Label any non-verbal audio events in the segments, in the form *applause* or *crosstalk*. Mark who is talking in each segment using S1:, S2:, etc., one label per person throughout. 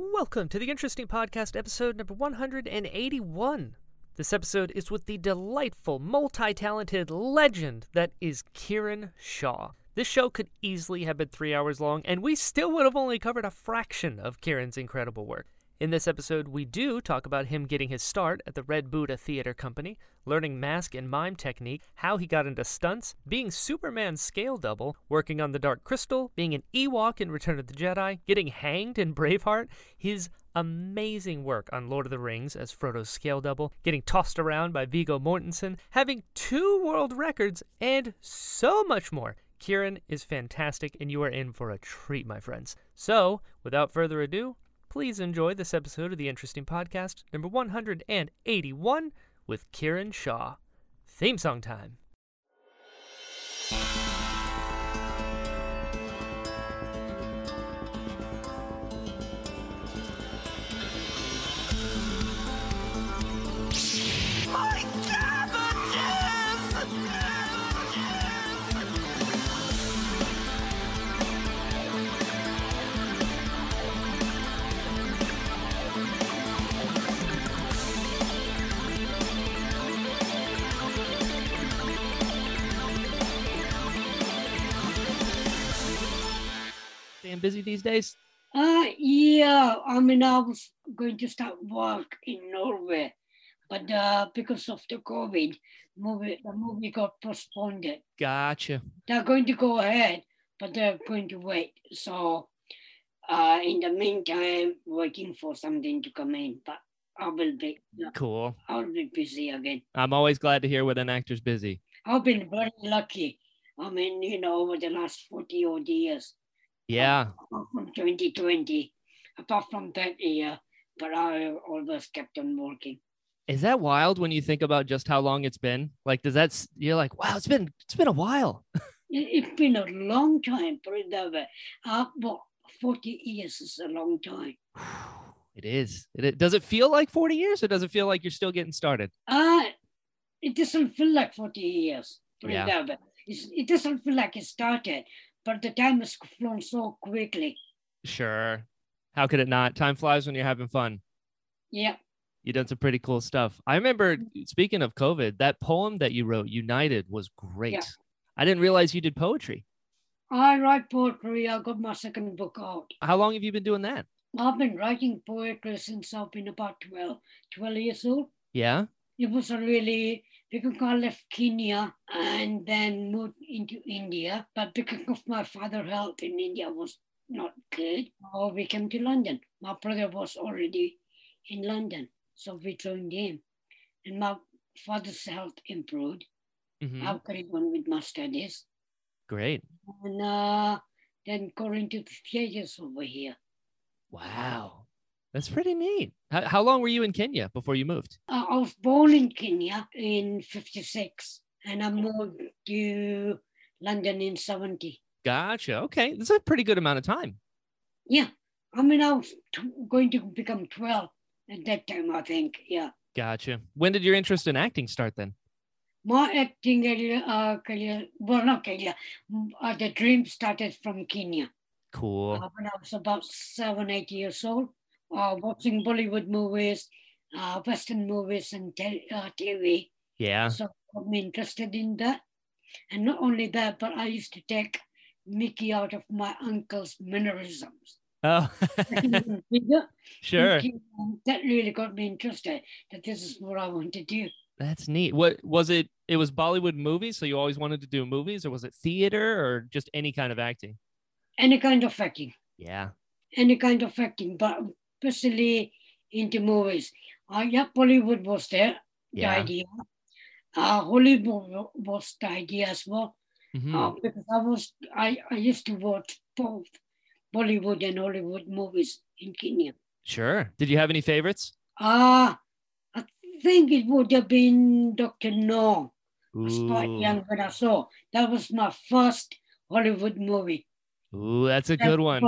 S1: Welcome to the Interesting Podcast, episode number 181. This episode is with the delightful, multi talented legend that is Kieran Shaw. This show could easily have been three hours long, and we still would have only covered a fraction of Kieran's incredible work. In this episode, we do talk about him getting his start at the Red Buddha Theater Company, learning mask and mime technique, how he got into stunts, being Superman's scale double, working on the Dark Crystal, being an Ewok in Return of the Jedi, getting hanged in Braveheart, his amazing work on Lord of the Rings as Frodo's scale double, getting tossed around by Vigo Mortensen, having two world records, and so much more. Kieran is fantastic, and you are in for a treat, my friends. So, without further ado, please enjoy this episode of the Interesting Podcast, number 181, with Kieran Shaw. Theme song time.
S2: My cabbages!
S1: Staying busy these days.
S3: Uh, yeah, I mean, I was going to start work in Norway, but uh, because of the COVID, movie the movie got postponed.
S1: Gotcha.
S3: They're going to go ahead, but they're going to wait. So, uh, in the meantime, waiting for something to come in, but I will be
S1: Cool.
S3: I'll be busy again.
S1: I'm always glad to hear when an actor's busy.
S3: I've been very lucky. I mean, you know, over the last forty odd years.
S1: Yeah.
S3: apart from 2020, apart from that year, but I always kept on working.
S1: Is that wild when you think about just how long it's been? Like, does that s- you're like, wow, it's been it's been a while. *sighs*
S3: It, has been a long time, put it that way. Uh, well, 40 years is a long time.
S1: It is. It, it does it feel like 40 years, or does it feel like you're still getting started?
S3: Uh, it doesn't feel like 40 years, put
S1: Yeah.
S3: it that way. It's, it doesn't feel like it started, but the time has flown so quickly.
S1: Sure. How could it not? Time flies when you're having fun.
S3: Yeah,
S1: You've done some pretty cool stuff. I remember speaking of COVID, that poem that you wrote, United, was great. I didn't realize you did poetry.
S3: I write poetry. I got my second book out.
S1: How long have you been doing that?
S3: I've been writing poetry since I've been about 12, 12 years old.
S1: Yeah.
S3: it was a really because I left Kenya and then moved into India, but because of my father's health in India was not good, oh, we came to London. My brother was already in London, so we joined him. And my father's health improved.
S1: Mhm.
S3: I carried on with my studies.
S1: Great.
S3: And uh, then got into the theaters over here.
S1: Wow. That's pretty neat. How, how long were you in Kenya before you moved?
S3: Uh, I was born in Kenya in 56 and I moved to London in 70.
S1: Gotcha. Okay. That's a pretty good amount of time.
S3: Yeah, I mean, I was t- going to become 12 at that time, I think. Yeah.
S1: Gotcha. When did your interest in acting start then?
S3: My acting career, uh, career well, not career, m- uh, the dream started from Kenya.
S1: Cool.
S3: Uh, when I was about seven, eight years old, uh, watching Bollywood movies, uh, Western movies, and te- uh, TV.
S1: Yeah.
S3: So I'm interested in that. And not only that, but I used to take Mickey out of my uncle's mannerisms. *laughs*
S1: Oh, *laughs*
S3: Making him bigger,
S1: sure.
S3: making him- That really got me interested that this is what I want to do.
S1: That's neat. What was it? It was Bollywood movies. So you always wanted to do movies, or was it theater or just any kind of acting?
S3: Any kind of acting,
S1: Yeah.
S3: any kind of acting, but especially into movies. Uh, yeah, Bollywood was there,
S1: Yeah.
S3: the idea. Uh, Hollywood wa- was the idea as well.
S1: Mhm.
S2: Mm-hmm.
S3: Uh, because I was, I, I used to watch both Bollywood and Hollywood movies in Kenya.
S1: Sure. Did you have any favorites?
S3: Uh, I think it would have been Dr. No, Spot Young when I saw. That was my first Hollywood movie.
S1: Ooh, that's a good one.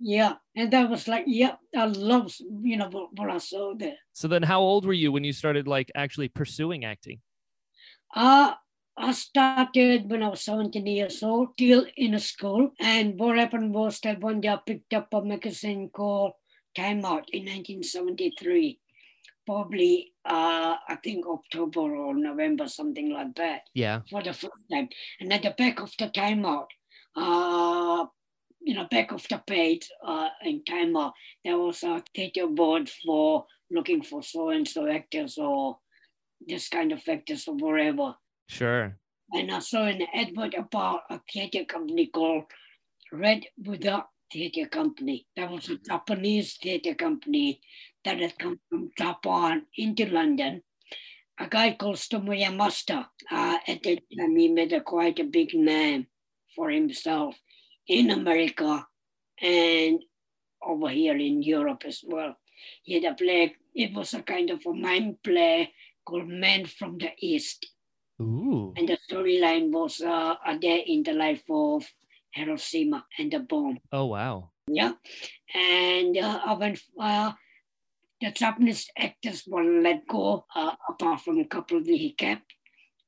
S3: Yeah, and that was like, yeah, I love, you know, what, what I saw there.
S1: So then how old were you when you started like actually pursuing acting?
S3: Uh, I started when I was 17 years old, still in a school. And what happened was that one day I picked up a magazine called came out in 1973, probably, uh, I think, October or November, something like that,
S2: Yeah.
S3: for the first time. And at the back of the timeout, uh, you know, back of the page uh, in timeout, there was a theater board for looking for so and so actors or this kind of actors or whatever
S2: Sure.
S3: and I saw an advert about a theater company called Red Buddha Theater Company. That was a Japanese theater company that had come from Japan into London. A guy called Tomoya Master, uh, at that time he made a quite a big name for himself in America and over here in Europe as well. He had a play, it was a kind of a mime play called Men from the East.
S2: Ooh.
S3: And the storyline was uh, a day in the life of Hiroshima and the bomb.
S2: Oh wow.
S3: Yeah. And uh, I went, uh, the Japanese actors were let go, uh, apart from a couple that he kept.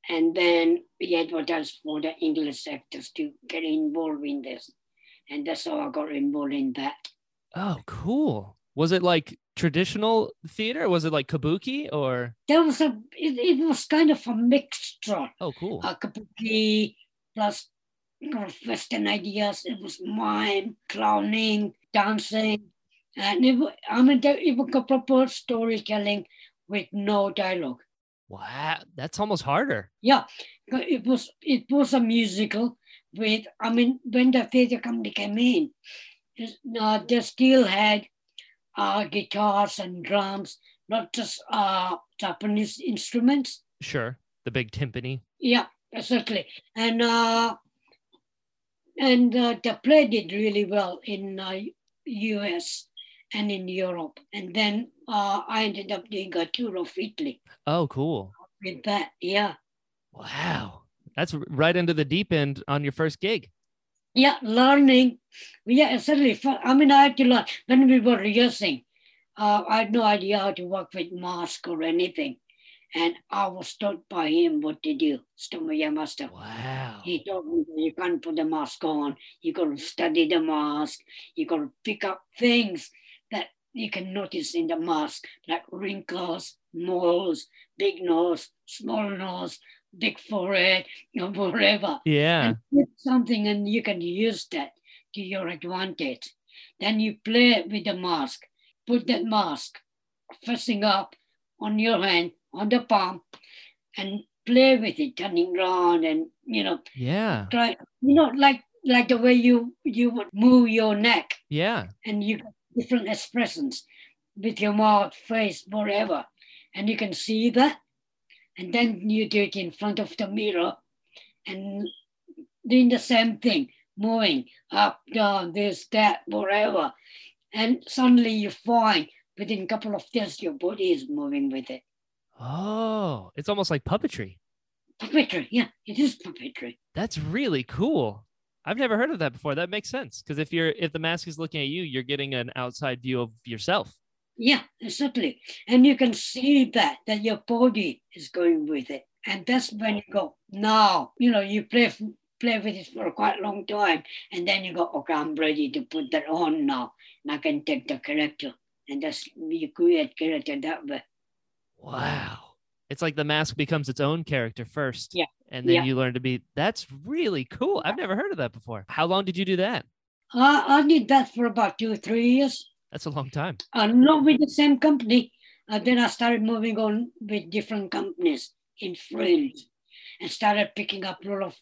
S3: And then he advertised for the English actors to get involved in this. And that's how I got involved in that.
S2: Oh, cool. Was it like traditional theater? Was it like kabuki or
S3: There was a, it, it was kind of a mixture.
S2: oh cool.
S3: uh, kabuki plus kind of Western ideas. It was mime, clowning, dancing, and it, wa- I mean, there, it was a proper storytelling with no dialogue.
S2: Wow. That's almost harder.
S3: Yeah, but it was it was a musical with. I mean, when the theater company came in, is- uh, they still had uh, guitars and drums, not just uh, Japanese instruments.
S2: Sure. The big timpani.
S3: Yeah, certainly. And uh, and uh, the play did really well in uh, U.S. and in Europe. And then uh, I ended up doing a tour of Italy
S2: Oh, cool.
S3: with that. Yeah,
S2: Wow. That's r- right into the deep end on your first gig.
S3: yeah, learning. Yeah, certainly. Fir- I mean, I had to learn when we were rehearsing. Uh, I had no idea how to work with mask or anything, and I was taught by him what to do. Stomoya Master.
S2: Wow.
S3: He told me that you can't put the mask on. You got to study the mask. You got to pick up things that you can notice in the mask, like wrinkles, moles, big nose, small nose, big forehead, you know, whatever.
S2: Yeah.
S3: And pick something and you can use that to your advantage. Then you play with the mask. Put that mask facing up on your hand, on the palm, and play with it, turning around and, you know,
S2: Yeah.
S3: try you know like like the way you you would move your neck
S2: Yeah.
S3: and you get different expressions with your mouth face whatever and you can see that and then you do it in front of the mirror and doing the same thing moving up down this that whatever and suddenly you find within a couple of days your body is moving with it
S2: Oh, it's almost like puppetry.
S3: puppetry yeah it is puppetry
S2: That's really cool. I've never heard of that before. That makes sense because if you're if the mask is looking at you, you're getting an outside view of yourself.
S3: Yeah, exactly. And you can see that that your body is going with it. And that's when you go, now, you know, you play f- play with it for quite a long time. And then you go, okay, I'm ready to put that on now. And I can take the character. And that's you create character that way.
S2: Wow. It's like the mask becomes its own character first.
S3: Yeah.
S2: And then
S3: Yeah.
S2: you learn to be that's really cool. I've never heard of that before. How long did you do that?
S3: I, I did that for about two, three years.
S2: That's a long time.
S3: Uh, not with the same company. And then I started moving on with different companies in fringe and started picking up a lot of,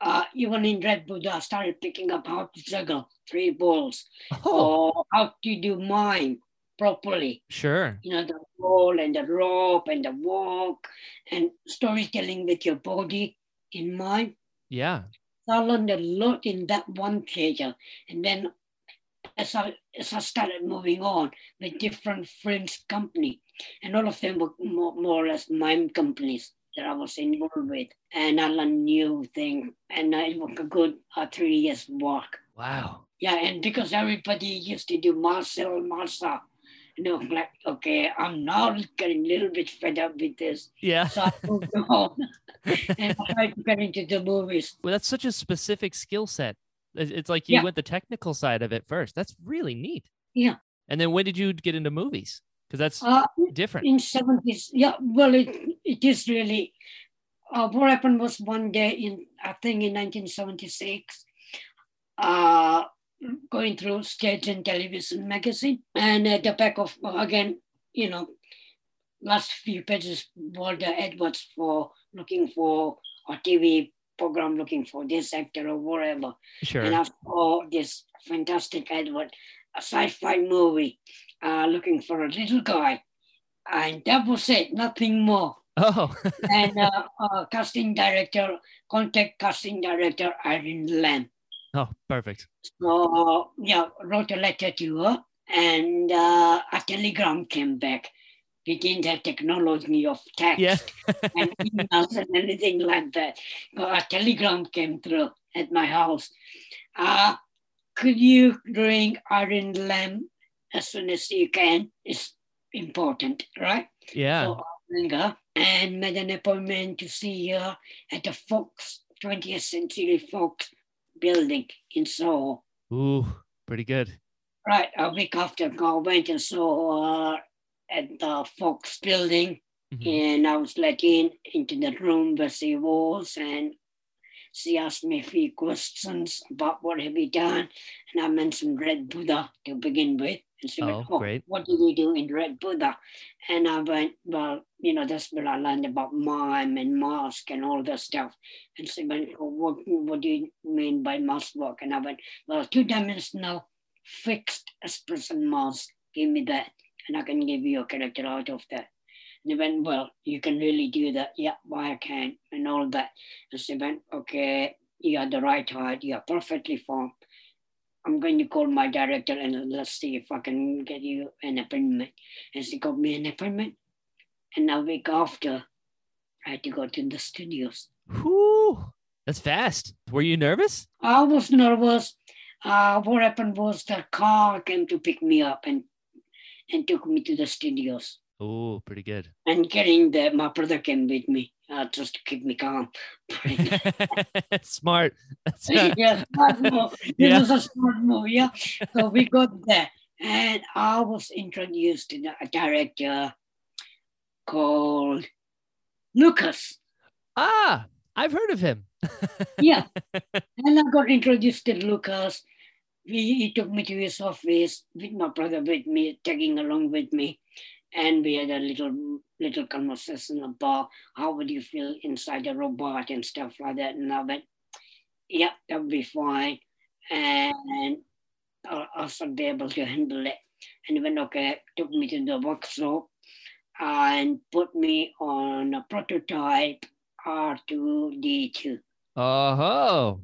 S3: uh, even in Red Buddha, I started picking up how to juggle three balls
S2: Oh,
S3: or how to do mime properly.
S2: sure.
S3: You know, the roll and the rope and the walk and storytelling with your body in mime.
S2: Yeah.
S3: I learned a lot in that one theatre. And then as I, as I started moving on with different French company, and all of them were more, more or less mime companies that I was involved with. And I learned new things, and I was a good uh, three years work.
S2: Wow.
S3: Yeah, and because everybody used to do Marcel, Marsa, you know, like, okay, I'm now getting a little bit fed up with this.
S2: Yeah.
S3: So I moved *laughs* on and I tried to get into the movies.
S2: Well, that's such a specific skill set. It's it's like you
S3: Yeah.
S2: went the technical side of it first. That's really neat.
S3: Yeah.
S1: And then when did you get into movies? Because that's
S3: Uh,
S1: different.
S3: in 70s yeah well it, it is really uh, what happened was one day in i think in 1976 uh, going through stage and television magazine and at the back of again you know last few pages were the adverts for looking for a tv program looking for this actor or whatever
S1: Sure.
S3: and I saw this fantastic advert, a sci-fi movie, uh, looking for a little guy, and that was it, nothing more.
S1: *laughs* oh, *laughs*
S3: and uh, *laughs* uh, casting director, contact casting director Irene Lamb.
S1: oh, perfect.
S3: So yeah, wrote a letter to her, and uh, a telegram came back. We didn't have technology of text
S1: Yeah.
S3: and emails and anything like that. But a telegram came through at my house. Uh, could you bring Iron Lamb as soon as you can? It's important, right?
S1: Yeah.
S3: So I rang her and made an appointment to see her at the Fox, 20th Century Fox building in Soho
S1: Ooh, pretty good.
S3: right a week after I went and saw her at the Fox building,
S1: Mhm.
S3: and I was let in into the room where she was, and she asked me a few questions about what have you done, and I mentioned Red Buddha to begin with, and she
S1: Oh,
S3: went, "Oh,
S1: great.
S3: what did you do in Red Buddha?" And I went, "Well, you know, that's where I learned about mime and mask and all that stuff." And she went, oh, "What what do you mean by mask work?" And I went, "Well, two dimensional." fixed expression mask. Give me that, and I can give you a character out of that. And they went, Well, you can really do that. Yeah, why I can, and all that. And she went, Okay, you are the right height. You are perfectly formed. I'm going to call my director and let's see if I can get you an appointment. And she got me an appointment. And a week after, I had to go to the studios.
S1: Whew, that's fast. Were you nervous?
S3: I was nervous. Uh, what happened was the car came to pick me up and and took me to the studios.
S1: Ooh, pretty good.
S3: *laughs*
S1: *laughs*
S3: And getting there, my brother came with me uh, just to keep me calm. *laughs*
S1: Smart. *laughs* That's-
S3: yeah, smart move.
S1: Yeah.
S3: It was a smart move, yeah. So we got there, and I was introduced to the- a director called Lucas.
S1: ah, I've heard of him.
S3: yeah. And I got introduced to Lucas. He, he took me to his office with my brother with me, tagging along with me. And we had a little little conversation about how would you feel inside a robot and stuff like that. And I went, yeah, that would be fine. And I'll, I'll sort of be able to handle it. And he went, okay, took me to the workshop and put me on a prototype R2D2
S1: Oh,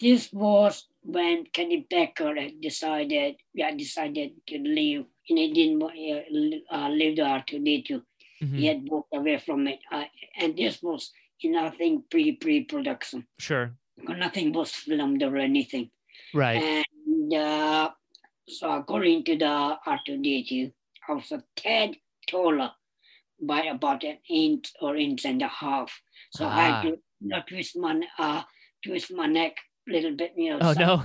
S3: this was when Kenny Becker had decided, yeah, decided to leave, and he didn't wa- uh, li- uh, leave the R2D2.
S1: Mm-hmm. Hmm.
S3: He had walked away from it, uh, and this was, you know, I think pre pre production.
S1: sure.
S3: Nothing was filmed or anything,
S1: Right.
S3: and uh, so according to the R2D2, I was a tad taller by about an inch or inch and a half. So I
S1: Ah.
S3: had to you know, twist my uh, twist my neck a little bit, you know,
S1: Oh
S3: so-
S1: no.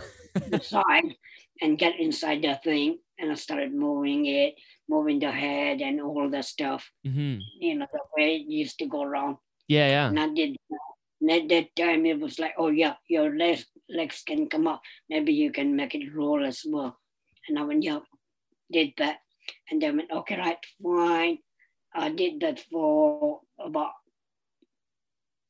S3: the side and get inside the thing. And I started moving it, moving the head and all the stuff,
S1: Mhm.
S3: you know, the way it used to go around.
S1: Yeah, yeah.
S3: And I did that. And at that time, it was like, oh, yeah, your legs, legs can come up. Maybe you can make it roll as well. And I went, yeah, did that. And they went, okay, right, fine. I did that for about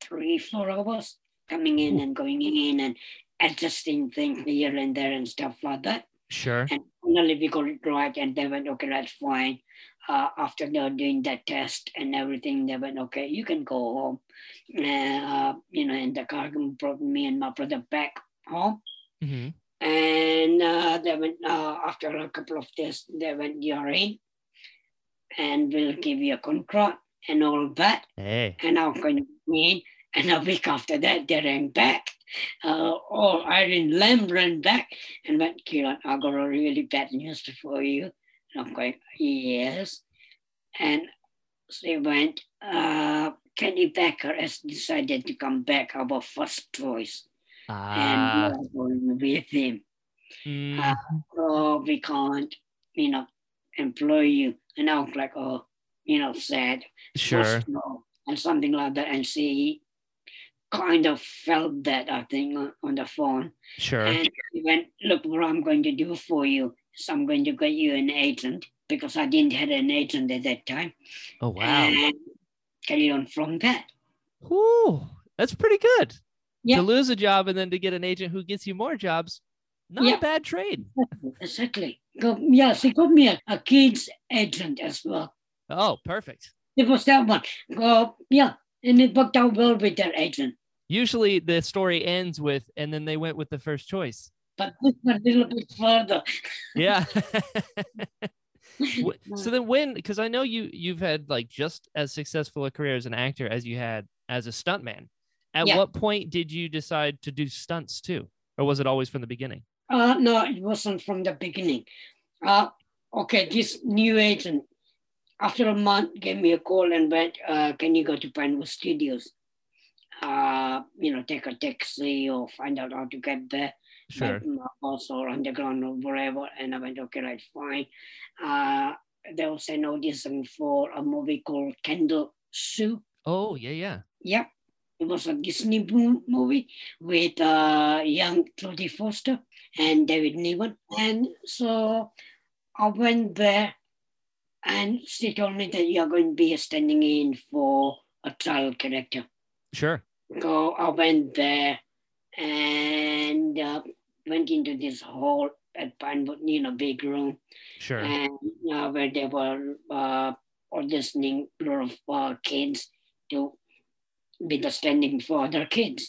S3: three, four hours, coming in and going in and adjusting things here and there and stuff like that
S1: Sure.
S3: and finally we got it right and they went okay that's fine uh, after they were doing that test and everything they went okay you can go home uh, you know and the car brought me and my brother back home
S1: hmm
S3: and uh, they went uh, after a couple of days they went you're in and we'll give you a contract and all that
S1: Hey.
S3: and I'm going to win. And a week after that, they ran back. Uh, all Irene Lamb ran back and went, Kieran, I got a really bad news for you. And I'm going, yes. And she went, uh, Kenny Becker has decided to come back, our first choice.
S1: Ah.
S3: And we are going with him.
S1: mm,
S3: uh, Oh, we can't you know, employ you. And I was like, oh, you know, sad. *laughs*
S1: Sure.
S3: must know, And something like that. And she kind of felt that, I think, on, on the phone.
S1: Sure.
S3: And he went, look what I'm going to do for you. So I'm going to get you an agent because I didn't have an agent at that time.
S1: Oh wow.
S3: And carry on from that. *laughs*
S1: Whew, that's pretty good.
S3: Yeah.
S1: To lose a job and then to get an agent who gets you more jobs, not
S3: Yeah.
S1: a bad trade.
S3: Exactly. Got, yeah, she got me a, a kid's agent as well.
S1: Oh, perfect.
S3: It was that one. Go, yeah, and it worked out well with that agent.
S1: Usually the story ends with, and then they went with the first choice.
S3: But this one a little bit further. *laughs*
S1: Yeah. *laughs* Wh- so then when because i know you you've had like just as successful a career as an actor as you had as a stuntman at
S3: Yeah.
S1: what point did you decide to do stunts too or was it always from the beginning
S3: Uh, no, it wasn't from the beginning. Uh, okay, this new agent, after a month, gave me a call and went, uh, Can you go to Pinewood Studios? Uh, you know, take a taxi or find out how to get there.
S1: sure
S3: Like, my boss or underground or wherever. And I went, Okay, right, fine. Uh, there was an audition oh, for a movie called Kendall Soup.
S1: oh yeah yeah
S3: Yep. It was a Disney mo- movie with uh, young Jodie Foster and David Niven. And so I went there and she told me that you're going to be standing in for a child character.
S1: sure
S3: So I went there and uh, went into this hall at Pinewood, you know, big room
S1: sure
S3: and uh, where they were uh, auditioning a lot of uh, kids to be the standing for other kids.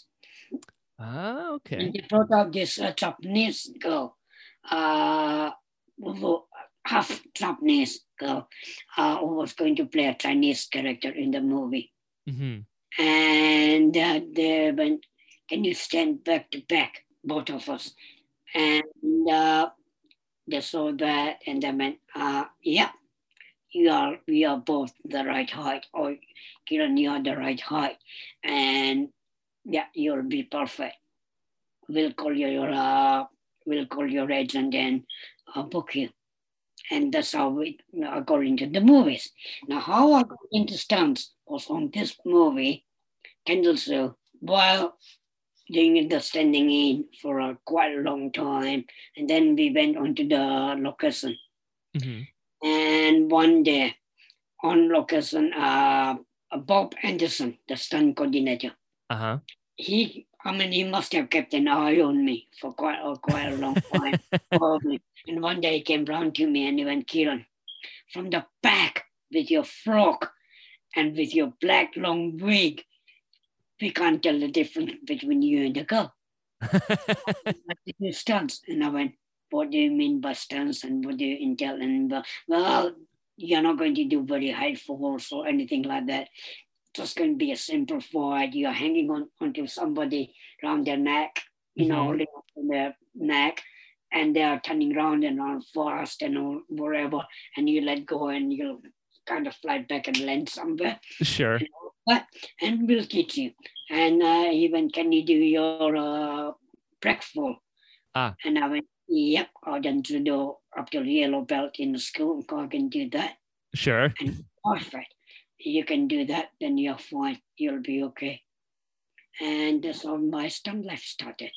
S1: ah okay
S3: *laughs* And they brought out this uh, Japanese girl, uh, who- half Japanese girl, uh, who was going to play a Chinese character in the movie.
S1: hmm
S3: And uh, they went, Can you stand back to back, both of us? And uh, they saw that and they went, uh, Yeah, you are, we are both the right height, or Kiran, you are the right height. And yeah, you'll be perfect. We'll call you your, uh, we'll call your agent and uh, book you. And that's how we uh, got into the movies. Now, how I got into stunts was on this movie, Kendall Sue, while doing the standing in for a quite a long time. And then we went on to the location.
S1: hmm
S3: And one day on location, uh, Bob Anderson, the stunt coordinator,
S1: uh-huh
S3: he, I mean, he must have kept an eye on me for quite a, quite a long time, probably. And one day he came round to me and he went, Kiran, from the back with your frock and with your black long wig, we can't tell the difference between you and the girl. What did you stunts? And I went, what do you mean by stunts and what do you entail? And uh, well, you're not going to do very high falls or anything like that. Just going to be a simple forward. You're hanging on onto somebody around their neck, you know,
S1: Mhm.
S3: holding on to their neck, and they are turning round and round fast and all, wherever, and you let go and you'll kind of fly back and land somewhere
S1: *laughs* sure
S3: and we'll teach you. And uh, he went, can you do your uh, breakfast?
S1: Ah.
S3: And I went, yep, I done judo up to yellow belt in school. I can do that.
S1: sure
S3: Perfect. You can do that, then you're fine. You'll be okay. And that's how my stunt life started.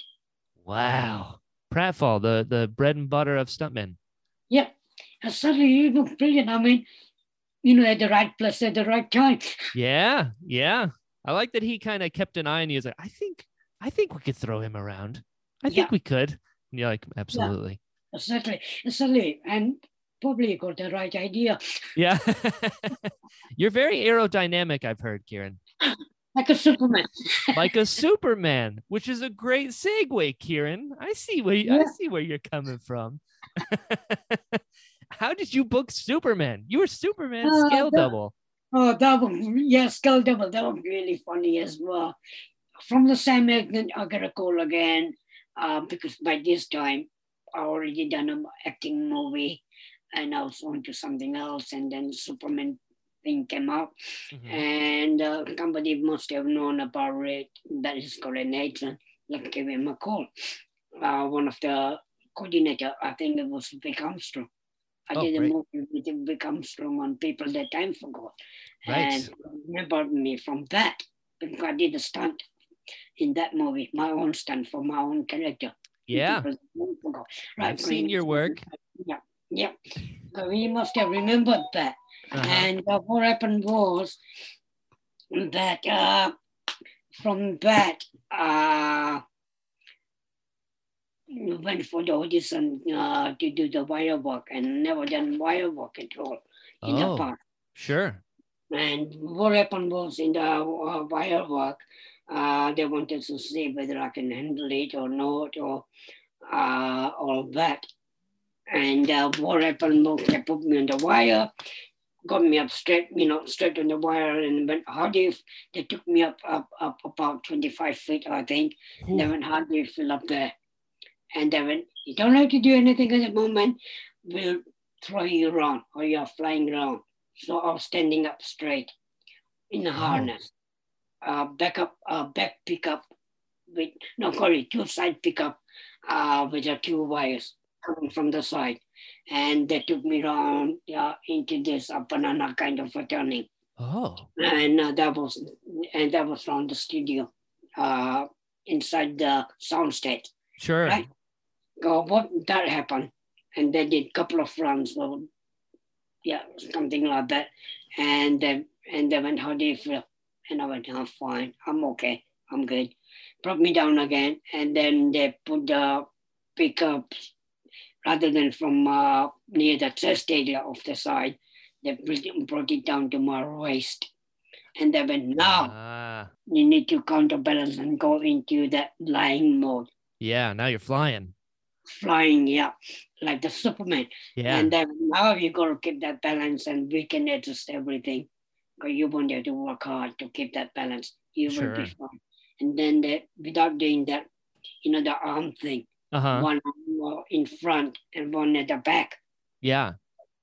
S1: wow pratfall the the bread and butter of stuntmen
S3: Yep. And suddenly you look brilliant. I mean, you know, at the right place at the right time. *laughs*
S1: yeah yeah i like that he kind of kept an eye on you He's like i think i think we could throw him around i think
S3: Yeah.
S1: we could and you're like absolutely
S3: Suddenly, suddenly, and probably you got the right idea.
S1: Yeah. *laughs* You're very aerodynamic, I've heard, Kieran.
S3: Like a Superman.
S1: Like a Superman, which is a great segue, Kieran. I see where you, I
S3: Yeah.
S1: see where you're coming from. *laughs* How did you book Superman? You were Superman
S3: Uh,
S1: scale
S3: the-
S1: double.
S3: Oh, that one, yeah, Skull Devil, that was really funny as well. From the same agent, I got a call again uh, because by this time I already done an acting movie and I was on to something else, and then Superman thing came up,
S1: Mhm.
S3: and uh, somebody must have known about it. That is called an agent. Like gave him a call. Uh, one of the coordinator, I think it was Vic Armstrong. I
S1: Oh,
S3: did a
S1: great.
S3: movie with him, Become Strong on People That Time Forgot.
S1: Right.
S3: And remember me from that because I did a stunt in that movie, my own stunt for my own character.
S1: Yeah.
S3: People That Time Forgot. Right,
S1: I've seen
S3: Green.
S1: your work.
S3: Yeah. So he must have remembered that.
S1: Uh-huh.
S3: And uh, what happened was that uh, from that, uh, we went for the audition uh, to do the wire work and never done wire work at all in the
S1: Oh,
S3: past.
S1: sure.
S3: And what happened was in the uh, wire work, uh, they wanted to see whether I can handle it or not, or uh, all that. And uh, what happened was they put me on the wire, got me up straight, you know, straight on the wire, and went hard if they took me up, up, up about 25 feet, I think. They
S1: Ooh,
S3: went hard if fill up there. And they went, you don't have to do anything at the moment. We'll throw you around or you're flying around. So I was standing up straight in the harness. Uh, back up, uh, back pickup with, no, sorry, two side pickup uh, with the two wires coming from the side. And they took me around uh, into this uh, banana kind of a turning
S1: Oh,
S3: and uh, that was and that was from the studio uh inside the soundstage
S1: sure.
S3: Right. go what that happened and they did couple of runs or yeah something like that and then and they went how do you feel and i went i'm fine i'm okay i'm good brought me down again and then they put the pickups rather than from uh, near the chest area of the side they brought it- brought it down to my waist and they went now
S1: Ah,
S3: you need to counterbalance and go into that lying mode
S1: yeah. Now you're flying.
S3: flying yeah like the superman
S1: Yeah.
S3: and then now you got to keep that balance and we can adjust everything. Because you won't have to work hard to keep that balance. You will
S1: Sure.
S3: be fine. And then the, without doing that, you know, the arm thing,
S1: Uh huh.
S3: one arm more in front and one at the back,
S1: Yeah.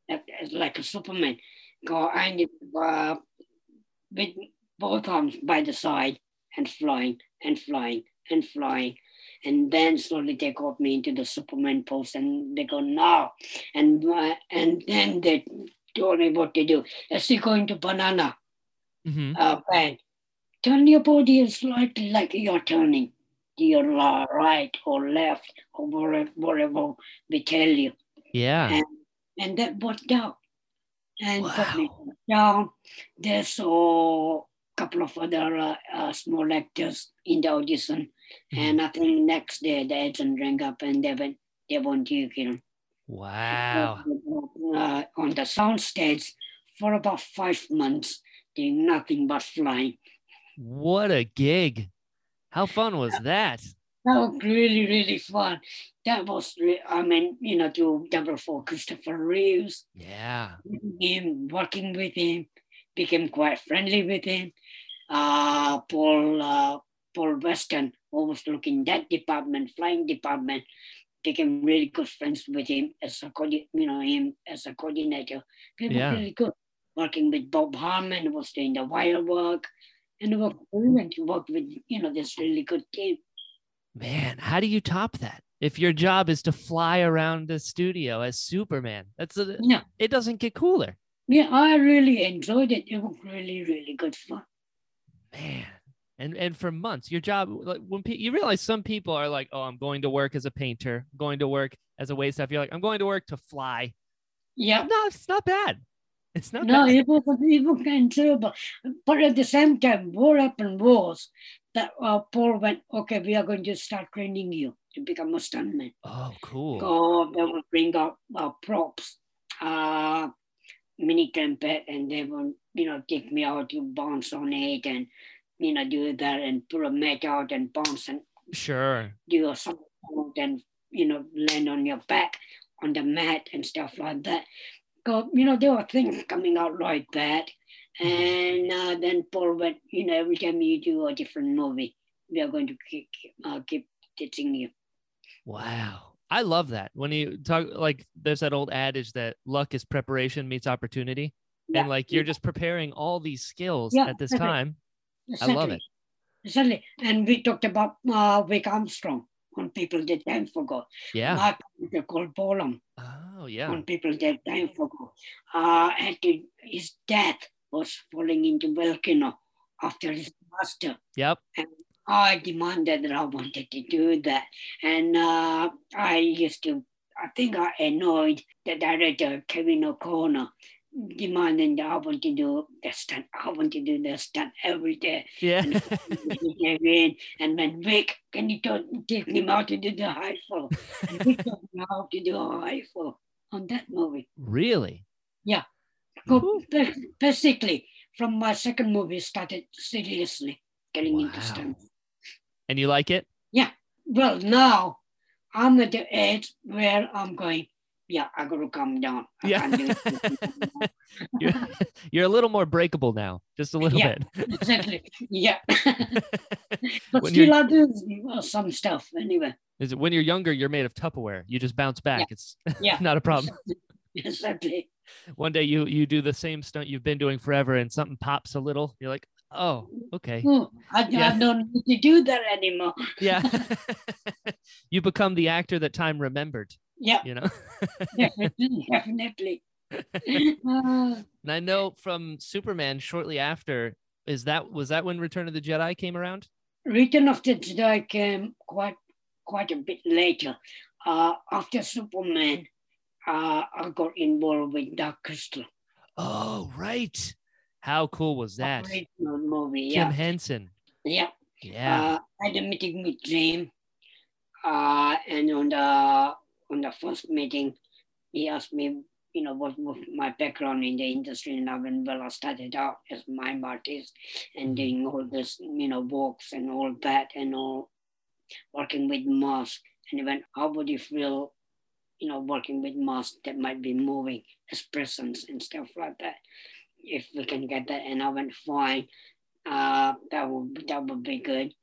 S3: that is like a Superman. Go and uh, with both arms by the side and flying and flying and flying. And then slowly they got me into the Superman pose and they go, now. And, uh, and then they told me what to do. As you go into banana
S1: hmm
S3: uh, band, turn your body slightly like you're turning to your la- right or left or whatever, whatever we tell you
S1: Yeah.
S3: and that worked out. And got me
S1: Wow.
S3: down. There's a couple of other uh, uh, small actors in the audition,
S1: Mm-hmm.
S3: and I think next day the agent rang up and they went, they want you, Kiran.
S1: Wow.
S3: Uh, on the sound stage for about five months, doing nothing but flying.
S1: What a gig. How fun was that?
S3: That was really, really fun. That was, re- I mean, you know, to double for Christopher Reeves,
S1: Yeah.
S3: meeting him, working with him, became quite friendly with him. Uh, Paul uh, Paul Weston, overlooking that department, flying department, became really good friends with him as a coordi- you know him as a coordinator. Became
S1: Yeah.
S3: really good. Working with Bob Harmon, was doing the wire work, and it was brilliant to work with you know this really good team.
S1: Man, how do you top that? If your job is to fly around the studio as Superman, that's a,
S3: Yeah,
S1: it doesn't get cooler.
S3: yeah, I really enjoyed it. It was really, really good fun.
S1: Man. And and for months, your job like when pe- you realize some people are like, "Oh, I'm going to work as a painter, going to work as a waitstaff." You're like, "I'm going to work to fly."
S3: Yeah,
S1: No, it's not bad. It's not *laughs*
S3: No,
S1: bad.
S3: it was it was enjoyable. But at the same time, what happened was that uh, Paul went, okay, we are going to start training you to become a stuntman.
S1: Oh, cool.
S3: So they will bring up uh, props, uh, mini trumpet, and they will, you know, take me out to bounce on it and, you know, do that and put a mat out and bounce and
S1: Sure.
S3: do a somersault and you know land on your back on the mat and stuff like that. So you know there were things coming out like that, and uh, then Paul went. You know every time you do a different movie, we are going to keep uh, keep teaching you.
S1: Wow. I love that. When you talk like there's that old adage that luck is preparation meets opportunity.
S3: Yeah.
S1: And like you're just preparing all these skills
S3: Yeah,
S1: at this
S3: perfect.
S1: time. I love it.
S3: Certainly. And we talked about uh, Vic Armstrong when people did time for God.
S1: Yeah.
S3: My painter called Bolam
S1: Oh, yeah.
S3: when people did time for God. Uh, and it- his death was falling into volcano after his master.
S1: Yep.
S3: I demanded that I wanted to do that. And uh, I used to, I think I annoyed the director, Kevin O'Connor, demanding that I want to do the stunt. I want to do the stunt every day.
S1: Yeah.
S3: He came in and went, Vic, can you tell, take me how to do the high fall? And Vic taught me how to do a high fall on that movie.
S1: *laughs* really?
S3: Go, ba- basically, from my second movie, started seriously getting into
S1: Wow.
S3: stunt.
S1: And you like it?
S3: well now I'm at the age where I'm going, yeah, I gotta calm down. I
S1: Yeah.
S3: can't do it."
S1: *laughs* You're, *laughs* you're a little more breakable now, just a little
S3: Yeah.
S1: bit.
S3: exactly.
S1: *laughs*
S3: Yeah. but
S1: When
S3: still
S1: you're-
S3: I do uh, some stuff anyway. *laughs*
S1: Is it when you're younger, you're made of Tupperware. You just bounce back. It's *laughs*
S3: Yeah.
S1: not a problem.
S3: Exactly.
S1: One day you you do the same stunt you've been doing forever, and something pops a little. You're like, oh, okay.
S3: Oh, I,
S1: Yeah.
S3: I don't need to do that anymore.
S1: yeah *laughs* you become the actor that time remembered *laughs*
S3: Yeah,
S1: you know
S3: definitely.
S1: *laughs*
S3: definitely. Uh,
S1: and i know from superman shortly after is that was that when return of the jedi came around
S3: Return of the Jedi came quite quite a bit later. Uh, after Superman, uh, I got involved with Dark Crystal.
S1: oh right how cool was that kim
S3: original movie. Yeah,
S1: henson
S3: yeah.
S1: yeah
S3: Uh, I had a meeting with Jim, uh, and on the on the first meeting, he asked me, you know, what was my background in the industry, and I went, well, I started out as mime artist and doing all this, you know, walks and all that, and all working with masks. And he went, how would you feel? You know, working with masks that might be moving, expressions and stuff like that. If we can get that, and I went fine uh, that would that would be good.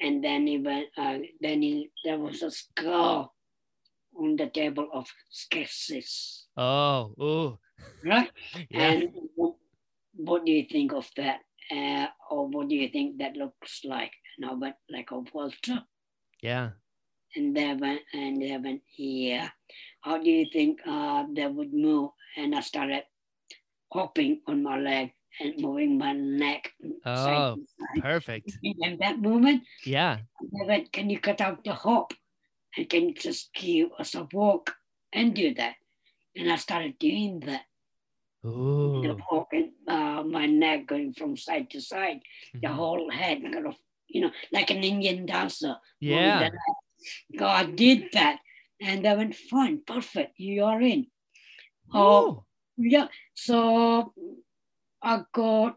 S3: And then he went. Uh, then he there was a skull on the table of skepsis,
S1: oh oh
S3: right?
S1: yeah
S3: And what, what do you think of that? Uh, or what do you think that looks like? And I went like a vulture.
S1: yeah
S3: And they went and they went yeah. How do you think uh, they would move? And I started hopping on my leg and moving my neck.
S1: oh
S3: side.
S1: perfect
S3: And that movement.
S1: yeah
S3: They went, can you cut out the hop? And can you just give us a walk and do that? And I started doing that. The
S1: Ooh.
S3: walk and uh, my neck going from side to side, the
S1: Mhm.
S3: whole head kind of, you know, like an Indian dancer. moving
S1: yeah
S3: the neck. So I did that. And they went, fine, perfect, you are in. Oh,
S1: Ooh.
S3: yeah. So I got,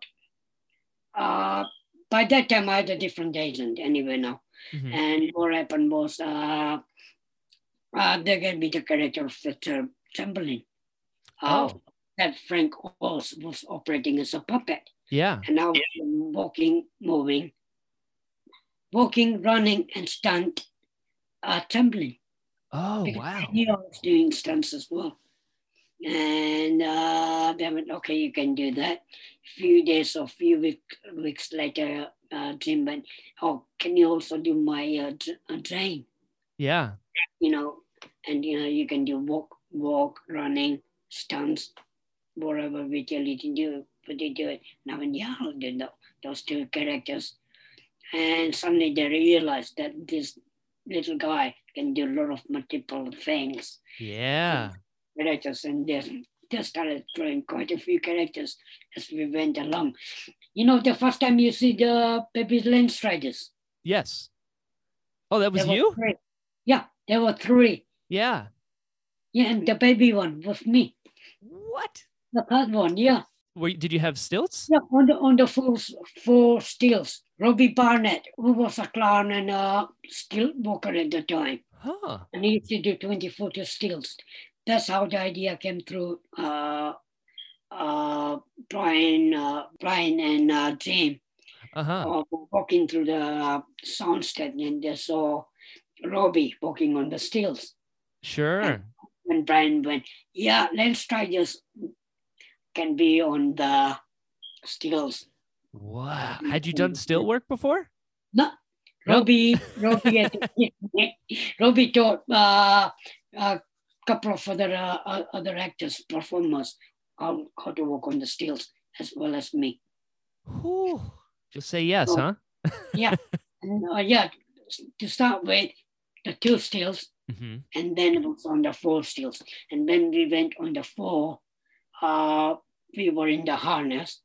S3: uh, by that time I had a different agent anyway now.
S1: Mhm.
S3: And what happened was uh, uh, they gave me the character of the term Chamberlain. Uh,
S1: Oh.
S3: That Frank Oz was operating as a puppet.
S1: yeah
S3: And I was walking, moving, walking, running, and stunt uh, Chamberlain.
S1: oh
S3: Because
S1: wow
S3: He was doing stunts as well. And uh, they went, okay, you can do that. few days or few week, weeks later, uh, Jim went, oh, can you also do my uh, J- uh, Jane?
S1: yeah
S3: You know, and you know, you can do walk, walk, running, stunts, whatever we tell you to do, but you do it. Now, and yeah, I'll do tho- those two characters. And suddenly they realized that this little guy can do a lot of multiple things
S1: yeah
S3: characters and they, they started throwing quite a few characters as we went along. You know, the first time you see the Baby's Lens Riders.
S1: yes oh that was
S3: there were
S1: you
S3: three. Yeah, there were three.
S1: yeah
S3: Yeah, and the baby one was me.
S1: what
S3: The third one, yeah.
S1: Were, you- did you have stilts?
S3: Yeah, on the, on the four, four steels. Robbie Barnett, who was a clown and a steel walker at the time,
S1: Huh.
S3: and he used to do 24 to steels. That's how the idea came through uh, uh, Brian, uh, Brian and uh, Jim.
S1: Uh huh.
S3: uh, walking through the soundstead and they saw Robbie walking on the stills.
S1: Sure.
S3: And Brian went, Yeah, let's try this. Can be on the stills.
S1: Wow. Had you done stilt work before?
S3: No,
S1: Nope.
S3: Robbie, Robbie, had to hit me. Robbie taught uh, a couple of other uh, o- other actors, performers, how, how to work on the stills as well as me.
S1: Whew. Just say yes,
S3: Oh.
S1: huh?
S3: And, uh, yeah, to start with, the two stills,
S1: hmm
S3: and then it was on the four stills. And when we went on the four, uh, we were in the harness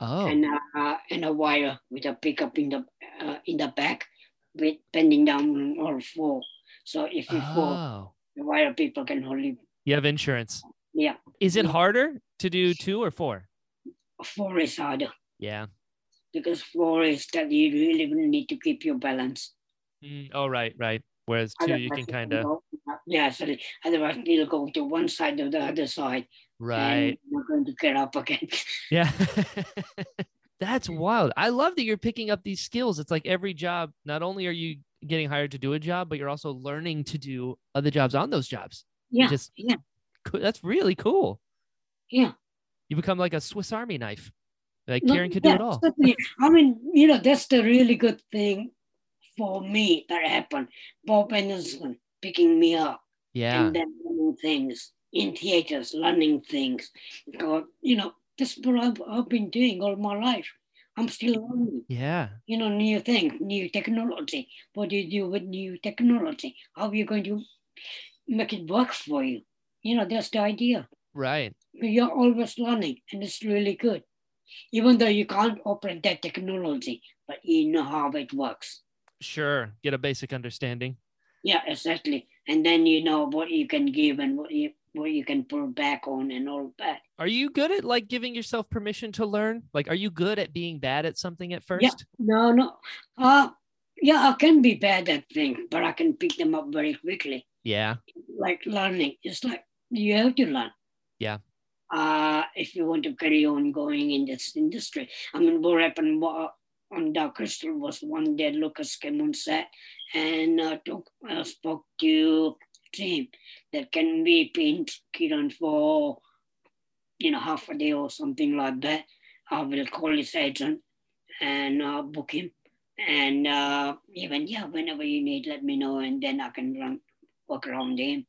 S1: Oh,
S3: and uh, and a wire with a pickup in the uh, in the back, with bending down on all four. So if you fall,
S1: oh,
S3: the wire people can only
S1: you have insurance.
S3: yeah
S1: Is it
S3: Yeah.
S1: harder to do two or four?
S3: four is harder
S1: Yeah.
S3: because four is that you really will need to keep your balance.
S1: Mm, oh, right, right. Whereas two, you
S3: Otherwise
S1: can
S3: it
S1: kind of
S3: go- yeah, sorry. Otherwise you'll go to one side or the other side, and
S1: right.
S3: you're going to get up again.
S1: *laughs* Yeah. That's wild. I love that you're picking up these skills. It's like every job. Not only are you getting hired to do a job, but you're also learning to do other jobs on those jobs. You
S3: yeah,
S1: Just
S3: yeah.
S1: co- that's really cool.
S3: Yeah.
S1: You become like a Swiss Army knife. Like
S3: No,
S1: Karen could do
S3: yeah,
S1: it all.
S3: certainly. I mean, you know, that's the really good thing for me that happened. Bob Anderson picking me up
S1: Yeah.
S3: and then learning things in theaters, learning things. Because, you know, that's what I've, I've been doing all my life. I'm still learning,
S1: Yeah.
S3: you know, new things, new technology. What do you do with new technology? How are you going to make it work for you? You know, that's the idea
S1: Right.
S3: but you're always learning and it's really good even though you can't operate that technology but you know how it works
S1: Sure. Get a basic understanding.
S3: yeah exactly and then you know what you can give and what you what you can pull back on and all that
S1: Are you good at like giving yourself permission to learn? Like, are you good at being bad at something at first?
S3: no no uh yeah i can be bad at things but i can pick them up very quickly
S1: Yeah.
S3: like learning it's like you have to learn
S1: Yeah.
S3: uh if you want to carry on going in this industry i mean what happened wa- on dark crystal was one day lucas came on set and uh, talk, uh, spoke to team that can we paint kiran for you know half a day or something like that i will call his agent and uh, book him and uh, he went yeah whenever you need let me know and then i can run walk around him.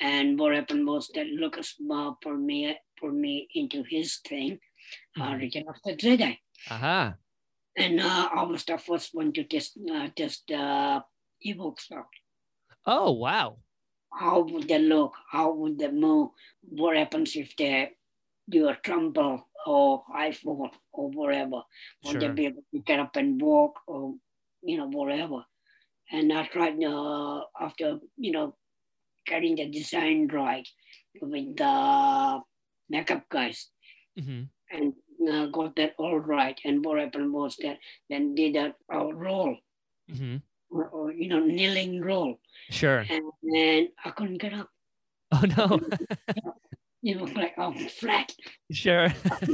S3: And what happened was that Lucas Ma put me put me into his thing, uh,
S1: Mhm.
S3: Return of the Jedi,
S1: Aha.
S3: and uh, I was the first one to test uh, test uh, Ewoks out.
S1: Oh, wow.
S3: How would they look? How would they move? What happens if they do a crumble or I fall or whatever? Would they
S1: Sure.
S3: be able to get up and walk or you know whatever? And I tried uh, after you know getting the design right with the makeup guys
S1: hmm
S3: and uh, got that all right. And what happened was that then did a, a roll
S1: hmm
S3: or, or you know kneeling roll,
S1: Sure. *laughs*
S3: and then I couldn't get up.
S1: Oh,
S3: *laughs*
S1: no. *laughs*
S3: It was like I'm flat.
S1: sure.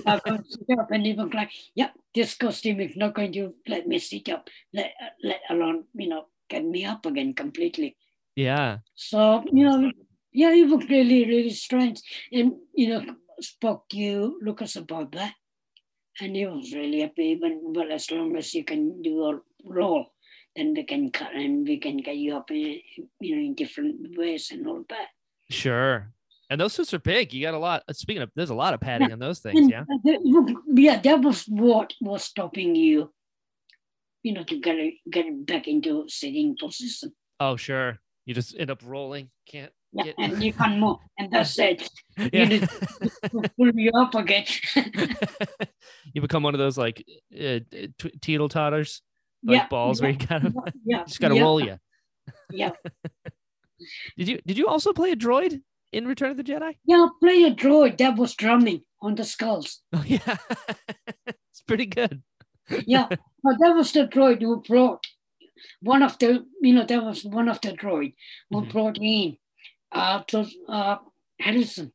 S3: I couldn't sit up, and it was like, yep, this costume is not going to let me sit up, let let alone you know get me up again completely.
S1: yeah.
S3: So, you know, yeah, it was really, really strange. And, you know, spoke to Lucas about that. And he was really happy. But well, as long as you can do a role, then we can cut and we can get you up in, you know, in different ways and all that.
S1: Sure. And those suits are big. You got a lot. uh, Speaking of, there's a lot of padding on those things.
S3: And *laughs*
S1: Yeah.
S3: that- yeah, that was what was stopping you, you know, to get get back into sitting position.
S1: Oh, sure. You just end up rolling.
S3: *laughs*
S1: Can't.
S3: Yeah,
S1: Get-
S3: and you can move. And
S1: *laughs*
S3: that's it.
S1: Yeah.
S3: You just pull you up again. *laughs*
S1: *laughs* you become one of those like uh, t- teetle totters, like
S3: yeah,
S1: balls
S3: yeah.
S1: where you gotta
S3: Yeah, yeah,
S1: *laughs* just gotta
S3: yeah,
S1: roll you.
S3: Yeah.
S1: *laughs* did you did you also play a droid in Return of the Jedi?
S3: Yeah, play a droid that was drumming on the skulls.
S1: Oh yeah, *laughs* it's pretty good. *laughs*
S3: Yeah, but that was the droid who brought one of the you know that was one of the droid who
S1: Mhm.
S3: brought in uh to uh Harrison,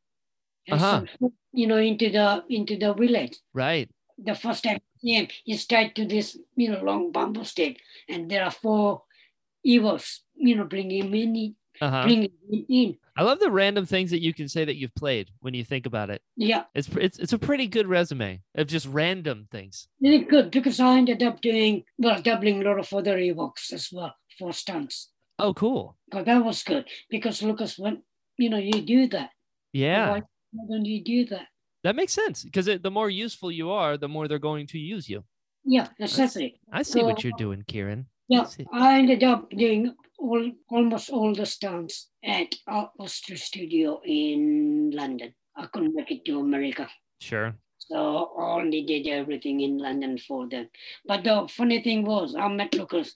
S1: Uh-huh.
S3: Harrison, you know into the into the village.
S1: Right.
S3: The first time he came, he's tied to this you know long bamboo stick, and there are four evils you know bringing him in,
S1: Uh huh.
S3: bringing him in.
S1: I love the random things that you can say that you've played when you think about it.
S3: Yeah,
S1: It's pr- it's it's a pretty good resume of just random things.
S3: really good because I ended up doing, well, doubling a lot of other Ewoks as well for stunts.
S1: Oh, cool.
S3: But that was good because Lucas went, you know, you do that.
S1: Yeah,
S3: Why, why don't you do that?
S1: that makes sense because the more useful you are, the more they're going to use you.
S3: Yeah, exactly.
S1: I see what you're doing, Kieran.
S3: Yeah,
S1: see.
S3: I ended up doing all, almost all the stunts at our Ulster studio in London. I couldn't make it to America.
S1: Sure.
S3: So I only did everything in London for them. But the funny thing was, I met Lucas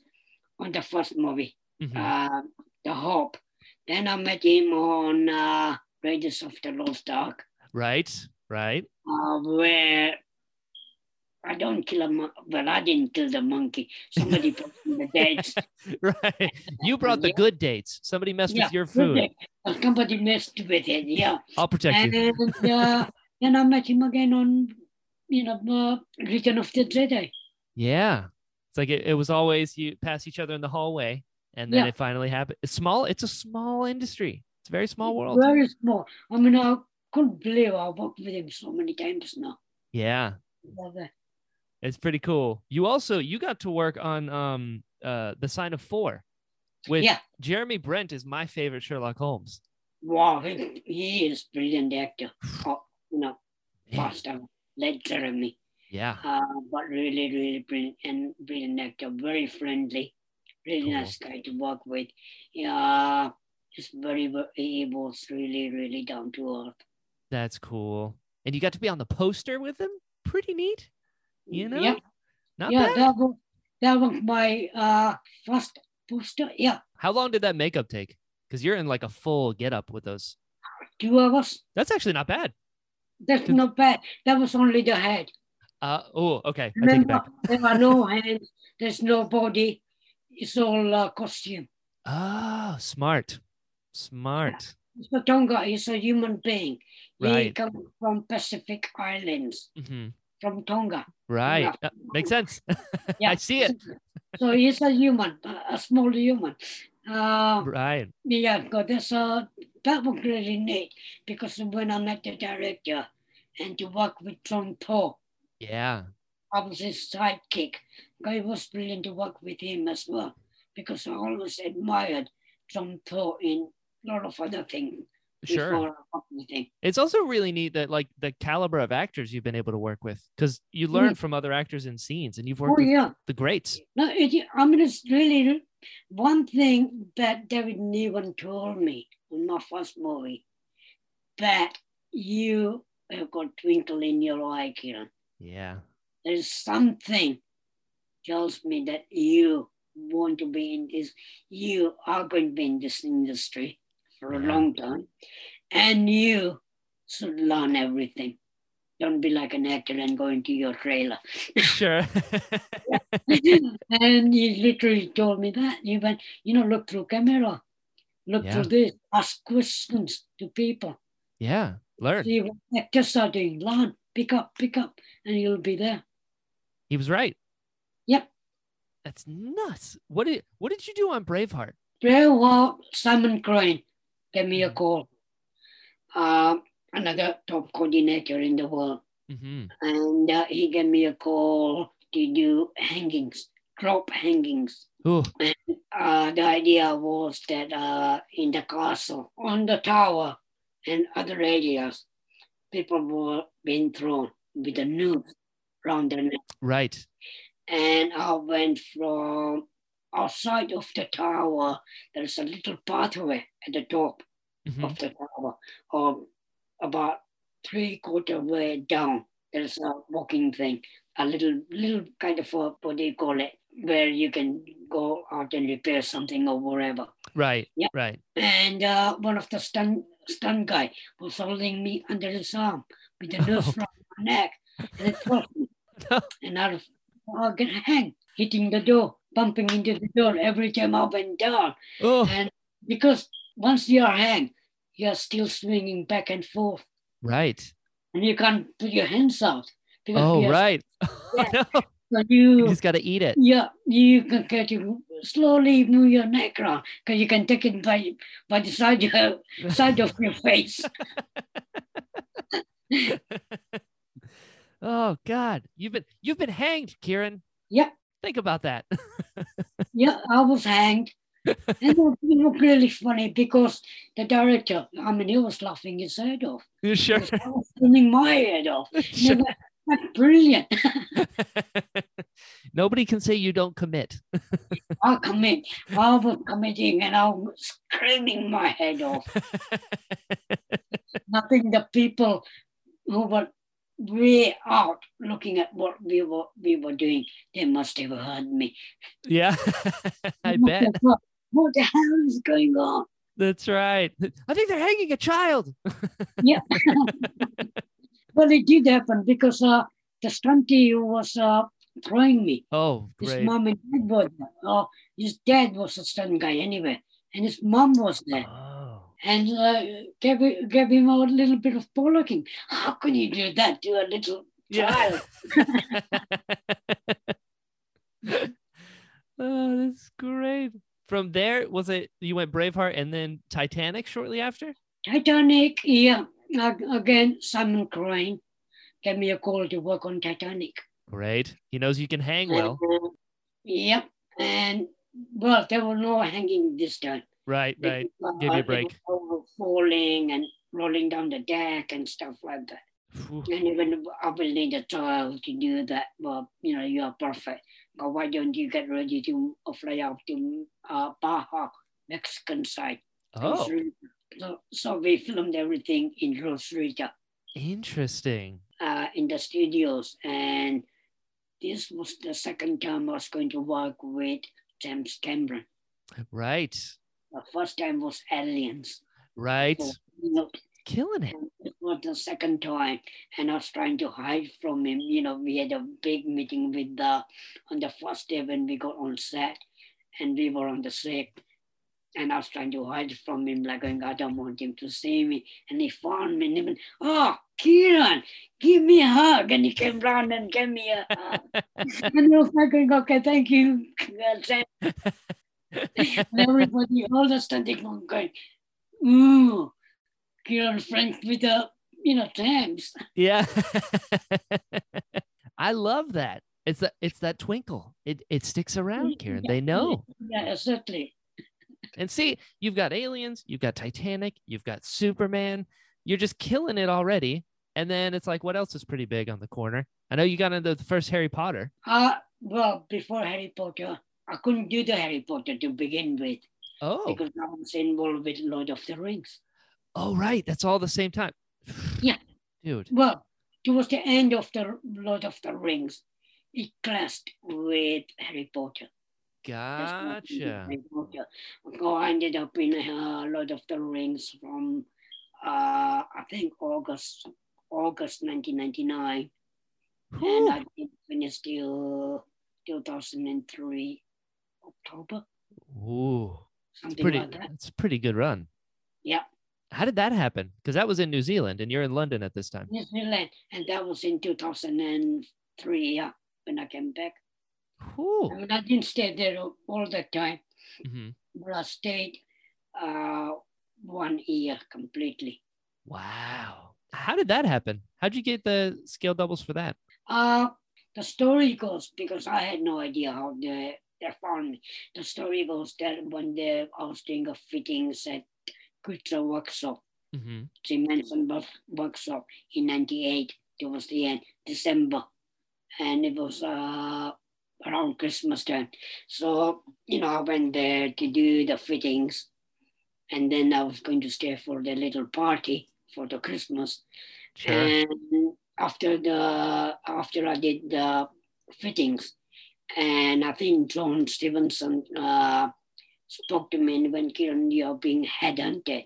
S3: on the first movie,
S1: Mhm.
S3: uh, The Hope. Then I met him on uh, Raiders of the Lost Ark,
S1: Right. Right. *laughs*
S3: uh, where I don't kill a monkey. Well, I didn't kill the monkey. Somebody put
S1: *laughs*
S3: in the dates. *laughs*
S1: Right. You brought the
S3: Yeah.
S1: good dates. Somebody messed
S3: Yeah,
S1: with your food.
S3: Somebody messed with it, yeah.
S1: I'll protect you.
S3: And uh, then I met him again on, you know, uh, Return of the Jedi.
S1: Yeah. It's like it, it was always you pass each other in the hallway and then
S3: Yeah.
S1: it finally happened. It's small. It's a small industry. It's a very small world.
S3: Very small. I mean, I couldn't believe I worked with him so many times now.
S1: Yeah.
S3: Love that.
S1: It's pretty cool. You also you got to work on um uh the sign of four with
S3: Yeah.
S1: Jeremy Brent is my favorite Sherlock Holmes.
S3: Wow, he, he is brilliant actor. Oh, you know, past um, led Jeremy,
S1: Yeah.
S3: uh, but really, really brilliant and brilliant actor. Very friendly, really
S1: Cool.
S3: nice guy to work with. Yeah, just very, very he was really, really down to earth.
S1: That's cool. And you got to be on the poster with him. Pretty neat. You know?
S3: yeah,
S1: Not
S3: yeah,
S1: bad.
S3: that was that was my uh first poster. Yeah,
S1: How long did that makeup take? Because you're in like a full get up with those.
S3: two hours.
S1: That's actually not bad.
S3: That's
S1: Did-
S3: not bad. That was only the head.
S1: Uh oh, okay. I take it
S3: Remember,
S1: back.
S3: there are no hands, there's no body, it's all uh, costume.
S1: Oh, smart. Smart.
S3: So Tonga is a human being. He
S1: Right.
S3: comes from Pacific Islands,
S1: hmm
S3: from Tonga.
S1: Right.
S3: Yeah.
S1: Uh, makes sense. *laughs* I
S3: Yeah.
S1: see it.
S3: So he's a human, a- a small human. Uh,
S1: Right.
S3: yeah, God, that's uh, that was really neat because when I met the director and to work with John Paul,
S1: Yeah.
S3: I was his sidekick. Guy was brilliant to work with him as well because I always admired John Thor in a lot of other things
S1: Sure.
S3: before I worked with him.
S1: It's also really neat that like the caliber of actors you've been able to work with because you learn from other actors in scenes and you've worked
S3: Mm-hmm. Oh
S1: with
S3: yeah,
S1: the greats.
S3: no, it, I mean it's really one thing that David Niven told me in my first movie that you have got twinkle in your eye, Kieran. *laughs*
S1: Yeah.
S3: there's something tells me that you want to be in this you are going to be in this industry for a
S1: Yeah.
S3: long time and you should learn everything don't be like an actor and go into your
S1: *laughs*
S3: trailer
S1: Sure.
S3: and he literally told me that he went you know look through camera look
S1: Yeah.
S3: through this ask questions to people
S1: yeah. Learn.
S3: see what actors are doing learn pick up pick up and you'll be there
S1: He was right.
S3: Yep.
S1: That's nuts. What did what did you do on Braveheart?
S3: Very well, Simon Crane gave me a call. Um, another top coordinator in the world.
S1: Mm-hmm.
S3: And uh, he gave me a call to do hangings, drop hangings.
S1: Ooh,
S3: Uh, the idea was that uh, in the castle, on the tower, and other areas, people were being thrown with a noose round their neck.
S1: right.
S3: And I went from outside of the tower, there's a little pathway at the top
S1: Mhm.
S3: of the tower, or about three quarter way down. There's a walking thing, a little little kind of a, what do you call it, where you can go out and repair something or whatever.
S1: Right.
S3: Yeah.
S1: Right.
S3: And uh, one of the stunt stunt guy was holding me under his arm with the noose
S1: Oh.
S3: around my neck, and it felt
S1: No.
S3: and I was I was gonna hang, hitting the door, bumping into the door every time I went down.
S1: Oh,
S3: And because once you are hanged, you are still swinging back and forth,
S1: right.
S3: and you can't put your hands out. Because
S1: Oh,
S3: you are
S1: right. *laughs*
S3: Yeah.
S1: no.
S3: But
S1: You
S3: you,
S1: just got to eat it.
S3: yeah, you can get you slowly move your neck around because you can take it by by the side *laughs* of your *laughs* side of your face.
S1: *laughs* oh God, you've been you've been hanged, Kieran.
S3: Yep.
S1: Think about that. *laughs*
S3: Yeah, I was hanged. and it was it was really funny because the director, I mean, he was laughing his head off.
S1: you
S3: *laughs*
S1: sure? *laughs*
S3: because I was filming my head off.
S1: sure.
S3: Never- That's brilliant.
S1: Nobody can say you don't commit.
S3: I commit. I was committing and I was screaming my head
S1: *laughs*
S3: off. I think the people who were way out looking at what we were we were doing, they must have heard me.
S1: Yeah, *laughs* I
S3: They must
S1: bet.
S3: have thought, What the hell is going on?
S1: That's right. I think they're hanging a child.
S3: But it did happen because uh, the stunty who was uh, throwing me.
S1: Oh,
S3: His
S1: great.
S3: mom and dad were there. Oh, his dad was a stunt guy anyway, and his mom was there.
S1: Oh.
S3: and uh, gave, it- gave him a little bit of bollocking. How can you do that to a little
S1: Yeah.
S3: child?
S1: *laughs* oh, that's great. From there, was it you went Braveheart and then Titanic shortly after?
S3: Titanic, yeah. Ag- Again, Simon Crane gave me a call to work on Titanic.
S1: Great. He knows you can hang well.
S3: And, uh, yep. And well, there were no hanging this time.
S1: Right, right.
S3: Because,
S1: Give you a
S3: uh, it
S1: break.
S3: was all Falling and rolling down the deck and stuff like that.
S1: Phew.
S3: And even I will need a child to do that. Well, you know, you are perfect. But why don't you get ready to fly out to uh, Baja, Mexican side?
S1: Oh,
S3: Costa Rica. So, so we filmed everything in Costa Rica
S1: interesting.
S3: uh, in the studios. And this was the second time I was going to work with James Cameron.
S1: Right,
S3: The first time was Aliens.
S1: right.
S3: So, you know,
S1: Killing it.
S3: and it was the second time and i was trying to hide from him you know we had a big meeting with the on the first day when we got on set and we were on the set and i was trying to hide from him like going i don't want him to see me and he found me and he went oh kieran give me a hug and he came round and gave me a hug and i was like going okay thank you Sam." and everybody all the standing on going ooh Kieran Frank with a you know James.
S1: yeah. *laughs* I love that. It's that it's that twinkle. It it sticks around, Karen. They know.
S3: Mm-hmm. Yeah, exactly.
S1: And see, you've got aliens, you've got Titanic, you've got Superman. You're just killing it already. And then it's like, what else is pretty big on the corner? I know you got into the first Harry Potter.
S3: Uh well before Harry Potter, I couldn't do the Harry Potter to begin with
S1: Oh,
S3: because I was involved with Lord of the Rings.
S1: oh, right. That's all the same time. *sighs*
S3: Yeah.
S1: Dude.
S3: Well, towards the end of the Lord of the Rings, it clashed with Harry Potter. That's what I did with
S1: Gotcha.
S3: Harry Potter. So I ended up in uh, Lord of the Rings from uh, I think August August 1999. and
S1: Whew.
S3: I did finish till 2003 October,
S1: Ooh. It's
S3: something
S1: pretty,
S3: like that.
S1: it's a pretty good run.
S3: Yeah.
S1: How did that happen? Because that was in New Zealand and you're in London at this time.
S3: New Zealand, and that was in 2003. Yeah, when I came back, I
S1: Whew.
S3: mean, I didn't stay there all- all the time,
S1: Mhm.
S3: but I stayed uh, one year completely.
S1: Wow. How did that happen? How'd you get the scale doubles for that?
S3: Uh, the story goes because I had no idea how they, they found me. The story goes that one day I was doing a fittings at Kutsa Workshop.
S1: Mm-hmm.
S3: Simonson workshop in 98 towards the end, December. And it was uh, around Christmas time. So, you know, I went there to do the fittings. And then I was going to stay for the little party for the Christmas.
S1: Sure.
S3: And after the after I did the fittings, and I think John Stevenson uh, spoke to me and went, Kieran, you're being headhunted.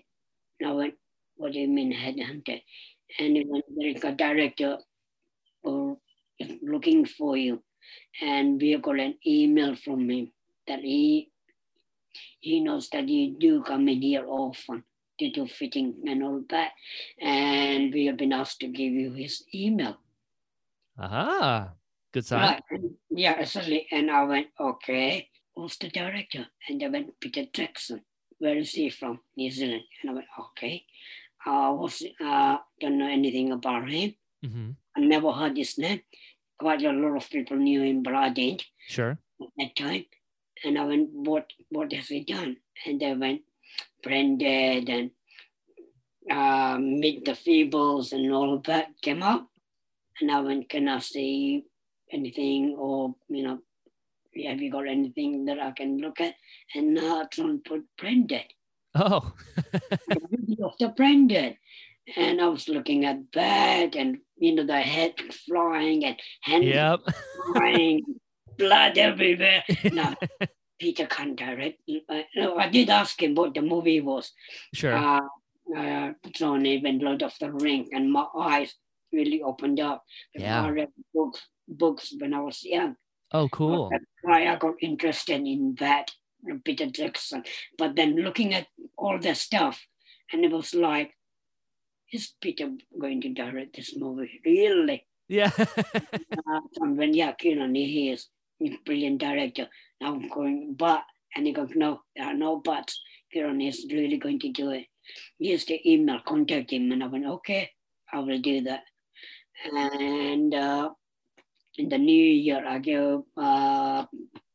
S3: And I went, What do you mean headhunted? And he went, There is a director who is looking for you. And we got an email from him that he he knows that you do come in here often to do fitting and all that and we have been asked to give you his email.
S1: Aha. Good sign.
S3: Right. And Yeah, suddenly, and I went, okay, who's the director? And they went, Peter Jackson. Where is he from? New Zealand. And I went, okay. I was, uh, don't know anything about him.
S1: hmm
S3: I never heard his name. Quite a lot of people knew him, but I didn't
S1: Sure.
S3: at that time. And I went, what, what has he done? And they went, Branded and uh, Meet the Feebles and all of that came up. And I went, can I see anything or, you know, have you got anything that I can look at? And now I try and put *laughs* Branded,
S1: Oh, *laughs*
S3: the video of the Branded. And I was looking at that and, you know, the head flying and hand
S1: yep.
S3: crying, blood everywhere.
S1: *laughs*
S3: No, Peter can't direct. Uh, no, I did ask him what the movie was.
S1: Sure.
S3: Uh, uh, Johnny and Lord of the Ring, and my eyes really opened up. Because
S1: Yeah.
S3: I read books, books when I was young.
S1: oh, cool.
S3: That's why I got interested in that, Peter Jackson. But then looking at all the stuff, and it was like, is Peter going to direct this movie? Really?
S1: Yeah. *laughs*
S3: uh, from when yeah, Kieran, he is a brilliant director. Now I'm going, but, and he goes, no, there are no buts. Kieran is really going to do it. Here's the email, contact him. And I went, okay, I will do that. And uh, in the new year, I gave uh,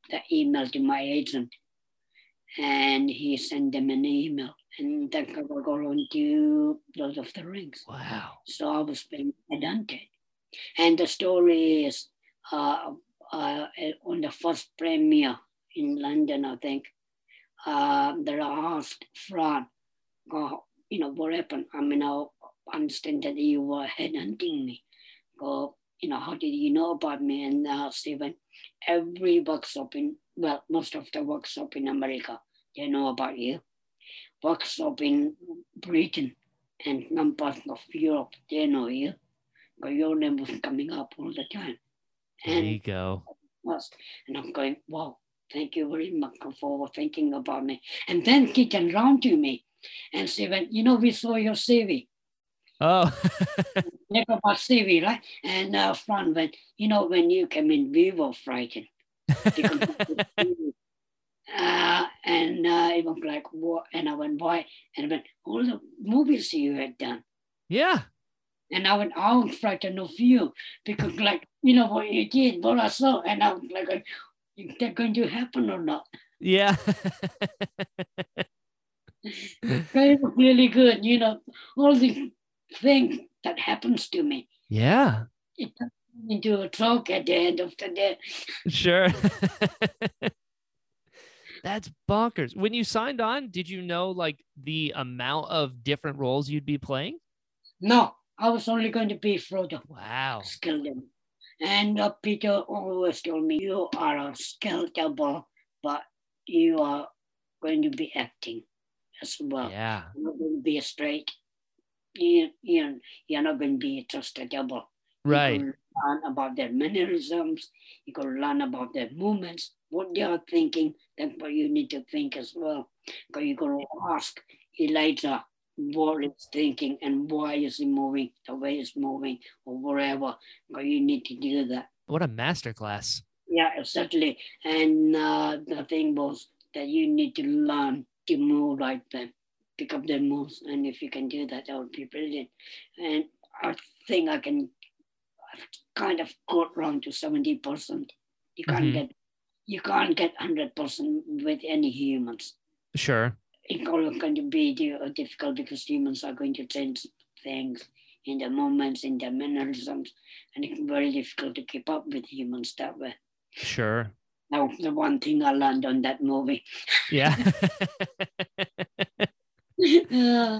S3: the email to my agent. And he sent them an email. And then I got on to Lord of the Rings.
S1: wow.
S3: So I was being pedantic. And the story is uh, uh, on the first premiere in London, I think. Uh, that I asked Fran, go, you know, what happened? I mean, I understand that you were headhunting me. Go, you know, how did you know about me? And uh, Stephen, every workshop in, well, most of the workshop in America, they know about you. Workshop in Britain, and some parts of Europe, they know you. But your name was coming up all the time.
S1: There
S3: And
S1: you go.
S3: was. And I'm going, wow, thank you very much for thinking about me. And then he turned around to me and she went, you know, we saw your CV.
S1: Oh, *laughs*
S3: Check out my CV, right? And uh, Fran went, you know, when you came in, we were frightened. Because uh, and uh, it was like, what? And I went, why? And I went, all the movies you had done.
S1: yeah.
S3: And I went, I was frightened of you because, like, you know what you did, what I saw, and I was like, is that going to happen or not?
S1: Yeah. *laughs*
S3: But it was really good, you know, all the things that happens to me.
S1: yeah.
S3: It turns into a joke at the end of the day.
S1: Sure. *laughs* That's bonkers. When you signed on, did you know like the amount of different roles you'd be playing?
S3: No, I was only going to be Frodo,
S1: Wow.
S3: Skeleton. And uh, Peter always told me, you are a skeletal, but you are going to be acting as well.
S1: Yeah.
S3: You're not going to be a straight. You, you, you're not going to be just a double.
S1: Right.
S3: You can learn about their mannerisms. You can learn about their movements, what they are thinking. That's what you need to think as well. Because you can ask Elijah what it's thinking and why is he moving the way it's moving or whatever. Because you need to do that.
S1: What a masterclass.
S3: Yeah, certainly. And uh, the thing was that you need to learn to move like them, pick up their moves. And if you can do that, that would be brilliant. And I think I can I've kind of got round to 70%. You can't
S1: Mhm.
S3: get you can't get 100% with any humans.
S1: Sure.
S3: It's always going to be di- uh, difficult because humans are going to change things in their moments, in their mannerisms, and it's very difficult to keep up with humans that way.
S1: Sure.
S3: That was the one thing I learned on that movie. *laughs*
S1: Yeah. *laughs*
S3: Uh,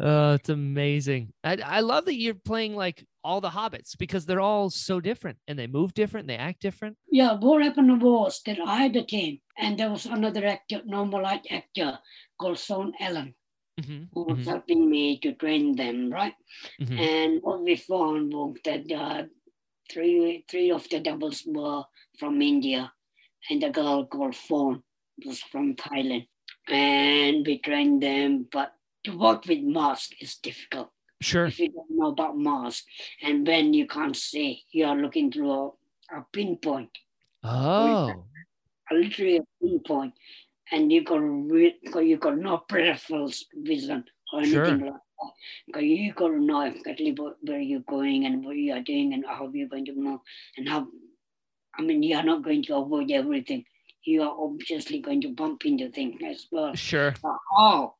S1: oh, it's amazing. I, I love that you're playing like all the hobbits because they're all so different and they move different, they act different.
S3: yeah, what happened was that I had a team, and there was another actor, normalite actor called Sean Allen,
S1: Mhm,
S3: who was
S1: mhm,
S3: helping me to train them, right?
S1: mhm.
S3: And what we found was that uh, three three of the doubles were from India, and the girl called Fawn was from Thailand. And we trained them, but to work with mask is difficult.
S1: Sure.
S3: if you don't know about Mars, and when you can't see, you are looking through a, a pinpoint. *laughs*
S1: Oh,
S3: literally a pinpoint, and you got re- you got no peripheral vision or anything
S1: Sure.
S3: like that. 'Cause you got to know exactly what, where you're going and what you are doing and how you're going to move and how. I mean, you are not going to avoid everything. You are obviously going to bump into things as well.
S1: sure.
S3: But how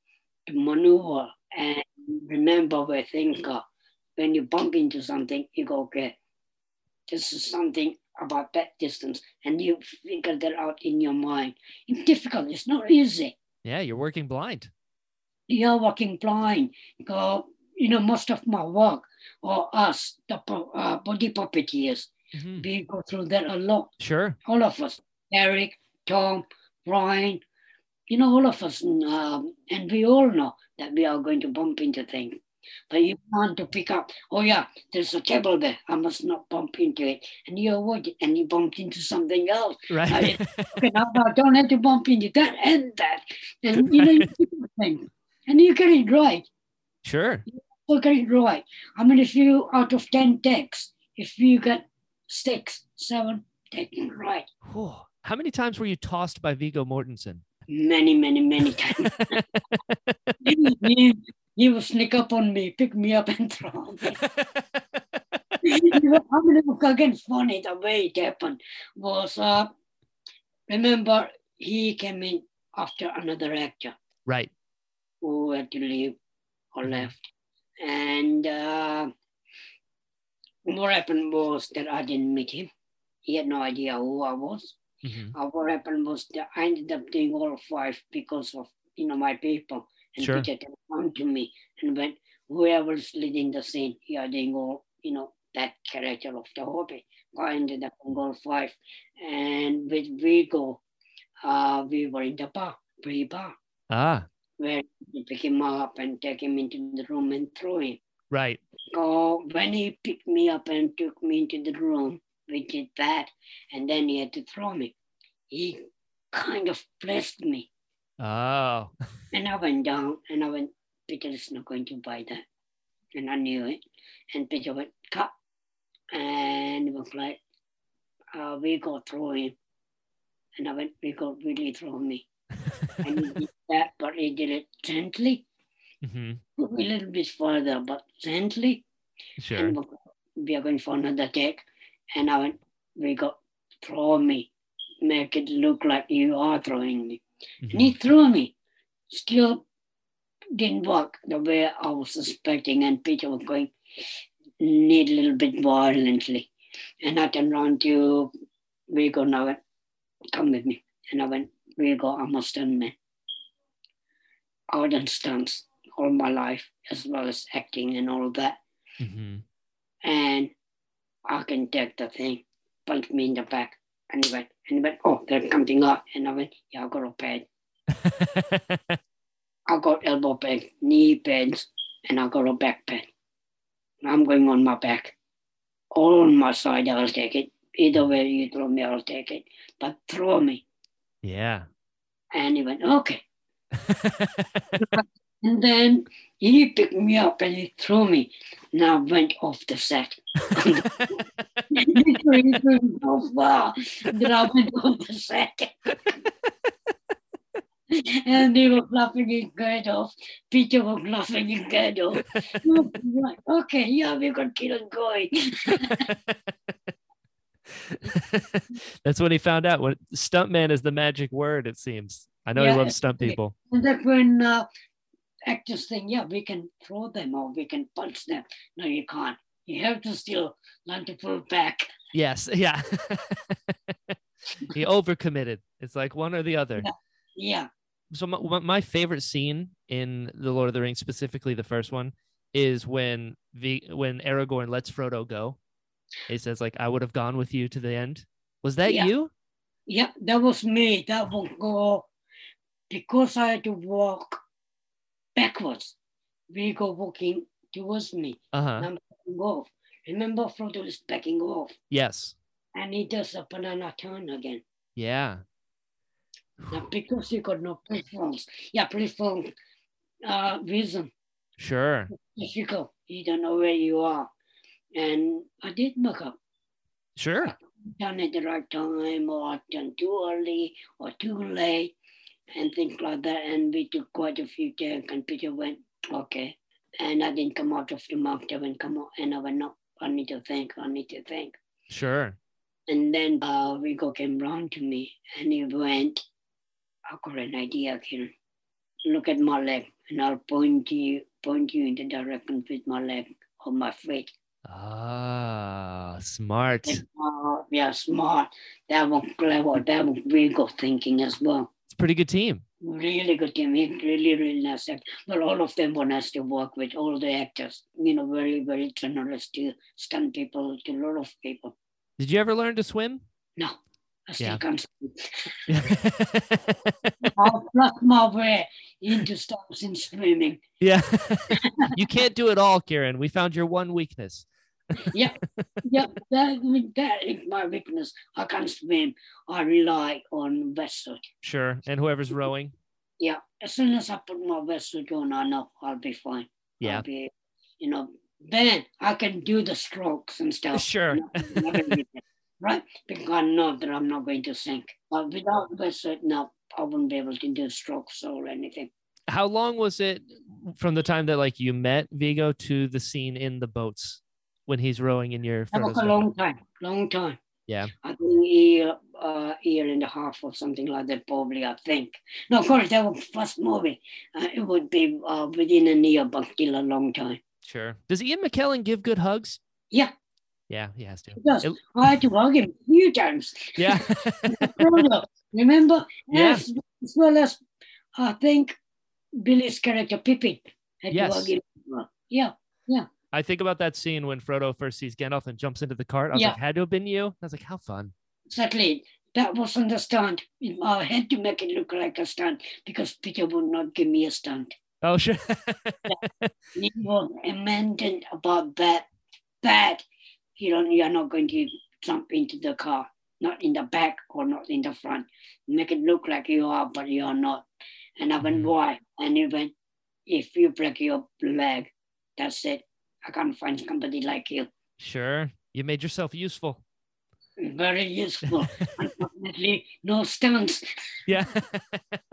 S3: to maneuver and remember where things are. When you bump into something, you go, okay, this is something about that distance, and you figure that out in your mind. It's difficult, it's not easy.
S1: Yeah, you're working blind.
S3: You're walking blind. Go, you know, most of my work or us, the pu- uh, body puppeteers,
S1: Mhm.
S3: we go through that a lot.
S1: Sure. *laughs*
S3: All of us, Eric, Tom, Brian, you know, all of us, um, and we all know that we are going to bump into things. But you want to pick up, oh yeah, there's a table there. I must not bump into it. And you avoid it and you bump into something else. *laughs*
S1: Right.
S3: Okay, now I don't have to bump into that and that. And you know, you pick up things. and you get it right.
S1: *laughs* sure.
S3: You get it right. I mean, if you out of 10 texts, if you get six, seven, take it right.
S1: Whew. How many times were you tossed by Vigo
S3: *laughs*
S1: Mortensen?
S3: many, many, many times. he, he would sneak up on me, pick me up, and throw me. *laughs* You know, How many was again funny the way it happened was uh, remember he came in after another actor
S1: right.
S3: who had to leave or left, and uh, what happened was that I didn't meet him. He had no idea who I was.
S1: Mhm.
S3: Uh, what happened was that I ended up doing all five because of you know my people and
S1: Sure.
S3: Peter came on to me and went, whoever's leading the scene, you are doing all you know that character of the hobby. I ended up on all five, and with Vigo, uh, we were in the bar, pre-bar,
S1: Ah,
S3: where we pick him up and take him into the room and throw him.
S1: right.
S3: So when he picked me up and took me into the room, we did that, and then he had to throw me. He kind of blessed me,
S1: Oh, *laughs*
S3: and I went down, and I went, Peter is not going to buy that, and I knew it. And Peter went, cut, and he was like, uh, we go throw him, and I went, we go really throw me, and he did that, but he did it gently,
S1: Mhm.
S3: a little bit further, but gently.
S1: sure.
S3: and we are going for another take. And I went, we got throw me, make it look like you are throwing me. And he
S1: Mhm.
S3: threw me. Still didn't work the way I was suspecting. And Peter was going, need a little bit violently. And I turned around to Vigo and I went, come with me. And I went, Vigo, I'm a stuntman. I've done stunts all my life, as well as acting and all that
S1: Mhm.
S3: and I can take the thing, punch me in the back. And he went, and he went, oh, there's something up. And I went, yeah, I got a pain. I got elbow pain, knee pains, and I got a back pain. I'm going on my back. All on my side, I'll take it. Either way you throw me, I'll take it. But throw me.
S1: *laughs* yeah.
S3: And he went, okay. And then he picked me up and he threw me. And I went off the set. literally couldn't go far that I went on the second. and they were laughing his head off. Peter was laughing his head off. *laughs* Like, okay, yeah, we got Keelan going.
S1: That's when he found out. What stuntman is the magic word, it seems. I know
S3: Yeah,
S1: he loves stunt
S3: okay.
S1: people.
S3: And that's when uh, actors think, yeah, we can throw them or we can punch them. No, you can't. You have to still learn to pull back.
S1: Yes. *laughs* Yeah. he overcommitted. It's like one or the other.
S3: Yeah,
S1: so my, my- my favorite scene in the Lord of the Rings, specifically the first one, is when the when Aragorn lets Frodo go. He says like, "I would have gone with you to the end." Was that
S3: Yeah.
S1: you?
S3: yeah, that was me. That was go because I had to walk backwards. We go walking towards me.
S1: Uh huh.
S3: backing off. Remember, Frodo is backing off,
S1: Yes.
S3: and he does a banana turn again.
S1: Yeah.
S3: Now, because he got no preference, yeah, preference uh, reason.
S1: Sure.
S3: If you go, you don't know where you are, and I did muck up.
S1: Sure.
S3: done at the right time or I've done too early or too late and things like that. And we took quite a few takes and Peter went, okay. And I didn't come out of the mark, I didn't come out and I went, no, I need to think, I need to think.
S1: Sure.
S3: And then uh, Rico came round to me and he went, I've got an idea, Kieran. Look at my leg and I'll point you point you in the direction with my leg or my feet.
S1: Ah, smart.
S3: And, uh, yeah, smart. That was clever. That was Rico thinking as well.
S1: It's a pretty good team.
S3: Really good team. He really, really nice act. But all of them were nice to work with, all the actors. You know, very, very generous to stunt people, to a lot of people.
S1: Did you ever learn to swim? *laughs*
S3: No, I still
S1: Yeah.
S3: can't swim. I've lost my way into stars in swimming.
S1: yeah. you can't do it all, Kieran. We found your one weakness.
S3: Yep, that, that is my weakness. I can't swim. I rely on wetsuit.
S1: Sure. And whoever's rowing.
S3: Yeah, as soon as I put my wetsuit on, I know I'll be fine.
S1: Yeah.
S3: I'll be, you know, then I can do the strokes and stuff.
S1: *laughs* *laughs* Sure.
S3: No, I'm not gonna do that, right? Because I know that I'm not going to sink. But without wetsuit, no, I wouldn't be able to do strokes or anything.
S1: How long was it from the time that like you met Vigo to the scene in the boats when he's rowing in your
S3: That
S1: Frodo's
S3: was a
S1: boat?
S3: long time, long time.
S1: Yeah.
S3: I think year, uh, year and a half or something like that, probably, I think. No, of course, that was first movie. Uh, it would be uh, within a year, but still a long time.
S1: Sure. Does Ian McKellen give good hugs?
S3: Yeah.
S1: Yeah, he has to.
S3: He does.
S1: It-
S3: I had to hug him a few times. *laughs*
S1: yeah.
S3: Frodo, remember?
S1: Yeah.
S3: As, as well as, I think, Billy's character, Pippin, had
S1: Yes.
S3: to hug him. as well. Yeah,
S1: I think about that scene when Frodo first sees Gandalf and jumps into the cart. I was
S3: Yeah.
S1: like, had to have been you. I was like, how fun.
S3: exactly. That wasn't a stunt. I had to make it look like a stunt because Peter would not give me a stunt.
S1: Oh, sure. *laughs*
S3: you were amended about that that you don't you're not going to jump into the car not in the back or not in the front make it look like you are but you are not and i
S1: Mhm.
S3: went why and he went if you break your leg that's it i can't find somebody like you
S1: sure. You made yourself useful.
S3: very useful unfortunately no stunts
S1: Yeah. *laughs*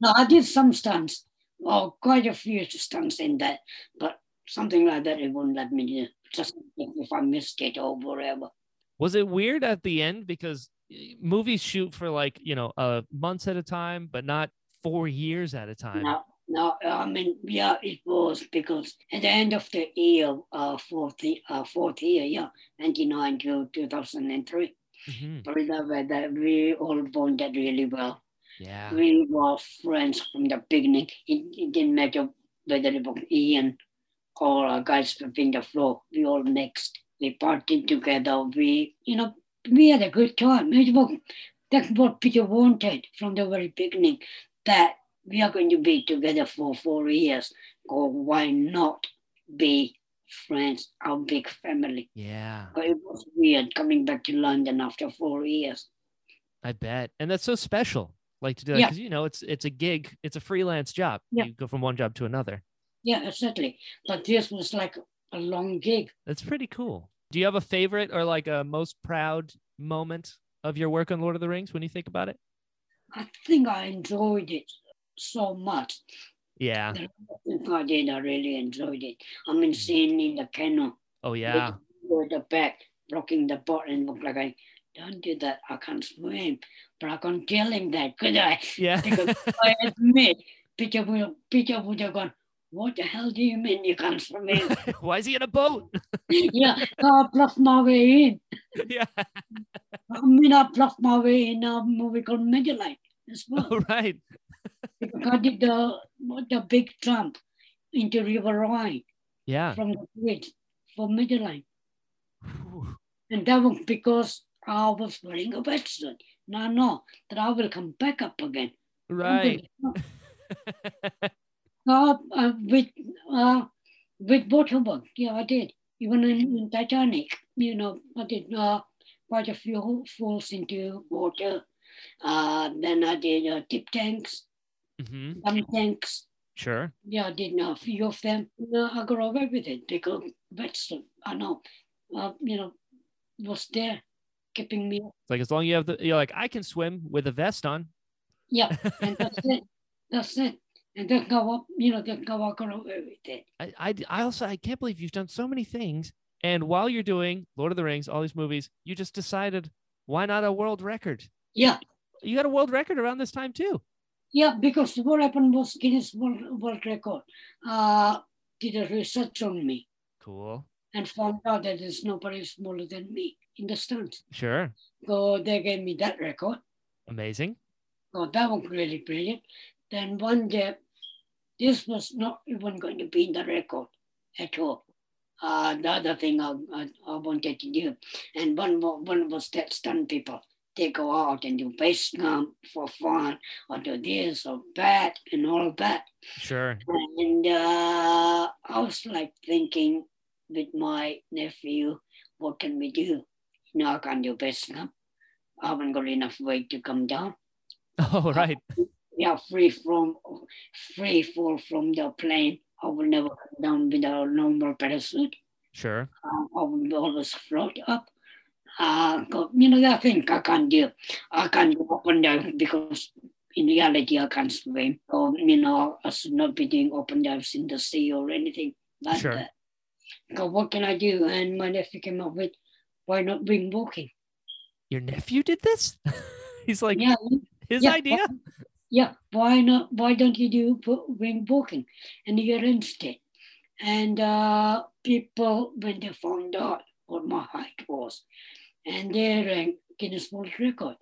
S3: No, I did some stunts. Oh, quite a few stunts in that, but something like that it wouldn't let me do. Just if I missed it or whatever.
S1: Was it weird at the end because eh, movies shoot for like, you know, uh, months at a time, but not four years at a time?
S3: No, no. I mean, yeah, it was because at the end of the year, uh, fourth, ye- uh, fourth year, yeah, ninety nine to two thousand and three.
S1: Mhm.
S3: But that way, that we all bonded really well.
S1: Yeah.
S3: We were friends from the beginning. It, it didn't matter whether it was Ian or our guys between the floor. We all mixed. We partied together. We, you know, we had a good time. It was, that's what Peter wanted from the very beginning, that we are going to be together for four years. Or why not be friends, our big family?
S1: Yeah.
S3: But it was weird coming back to London after four years.
S1: I bet. And that's so special. Like to do that
S3: Yeah.
S1: because you know it's it's a gig, it's a freelance job.
S3: Yeah.
S1: You go from one job to another.
S3: Yeah, certainly. But this was like a long gig.
S1: That's pretty cool. Do you have a favorite or like a most proud moment of your work on Lord of the Rings when you think about it?
S3: I think I enjoyed it so much.
S1: Yeah.
S3: If I did, I really enjoyed it. I mean, seeing in the kennel,
S1: Oh yeah.
S3: with the back, rocking the boat, and look like I don't do that. I can't swim, but I can't tell him that, could I? *laughs*
S1: *laughs* Yeah.
S3: Because I admit, Peter would, Peter would have gone. What the hell do you mean you can't swim? *laughs*
S1: Why is he in a *laughs* boat?
S3: yeah, I bluffed my way in.
S1: yeah.
S3: I mean, I bluffed my way in a movie called Magellan as well.
S1: All right.
S3: because I did the what the big jump into River Rhine
S1: Yeah.
S3: from the bridge for Midline.
S1: Whew.
S3: And that was because I was wearing a wetsuit. Now I know that I will come back up again.
S1: Right. *laughs*
S3: Uh, uh, with uh, with waterwork, yeah, I did. Even in, in Titanic, you know, I did uh, quite a few falls into water. Uh, then I did uh, tip tanks,
S1: hmm
S3: dump tanks,
S1: Sure.
S3: Yeah, I did know a few of them. No, I got away with it because Whetstone, I know, uh, you know, was there keeping me.
S1: Like as long as you have the you're like I can swim with a vest on.
S3: Yeah, and that's it. That's it. And they can walk, you know, they can walk around with it.
S1: I, I I also I can't believe you've done so many things. And while you're doing Lord of the Rings, all these movies, you just decided why not a world record?
S3: Yeah,
S1: You got a world record around this time too.
S3: yeah, because what happened was Guinness World, World Record uh, did a research on me
S1: Cool.
S3: and found out that there's nobody smaller than me in the stunts.
S1: Sure.
S3: So they gave me that record.
S1: Amazing.
S3: Oh, that was really brilliant. Then one day, this was not even going to be in the record at all. Uh, the other thing I, I, I wanted to do, and one, wa- one was that stunt people. They go out and do base camp for fun, or do this or that, and all that.
S1: Sure.
S3: And uh, I was like thinking with my nephew, what can we do? You know, I can't do base camp. I haven't got enough weight to come down *laughs*
S1: Oh right.
S3: yeah, free from free fall from the plane. I will never come down with a normal parachute.
S1: Sure.
S3: Uh, I will always float up. Uh, go- you know that thing I can't do. I can't go up and down because in reality I can't swim. So you know I should not be doing open dives in the sea or anything like
S1: Sure.
S3: that. Go, what can I do? And my nephew came up with, why not wing walking?
S1: Your nephew did this? *laughs* He's like
S3: yeah,
S1: his
S3: yeah,
S1: idea?
S3: why- yeah, why not? Why don't you do bo- wing booking? And he arranged it. And uh, people, when they found out what my height was, and they rang Guinness World Record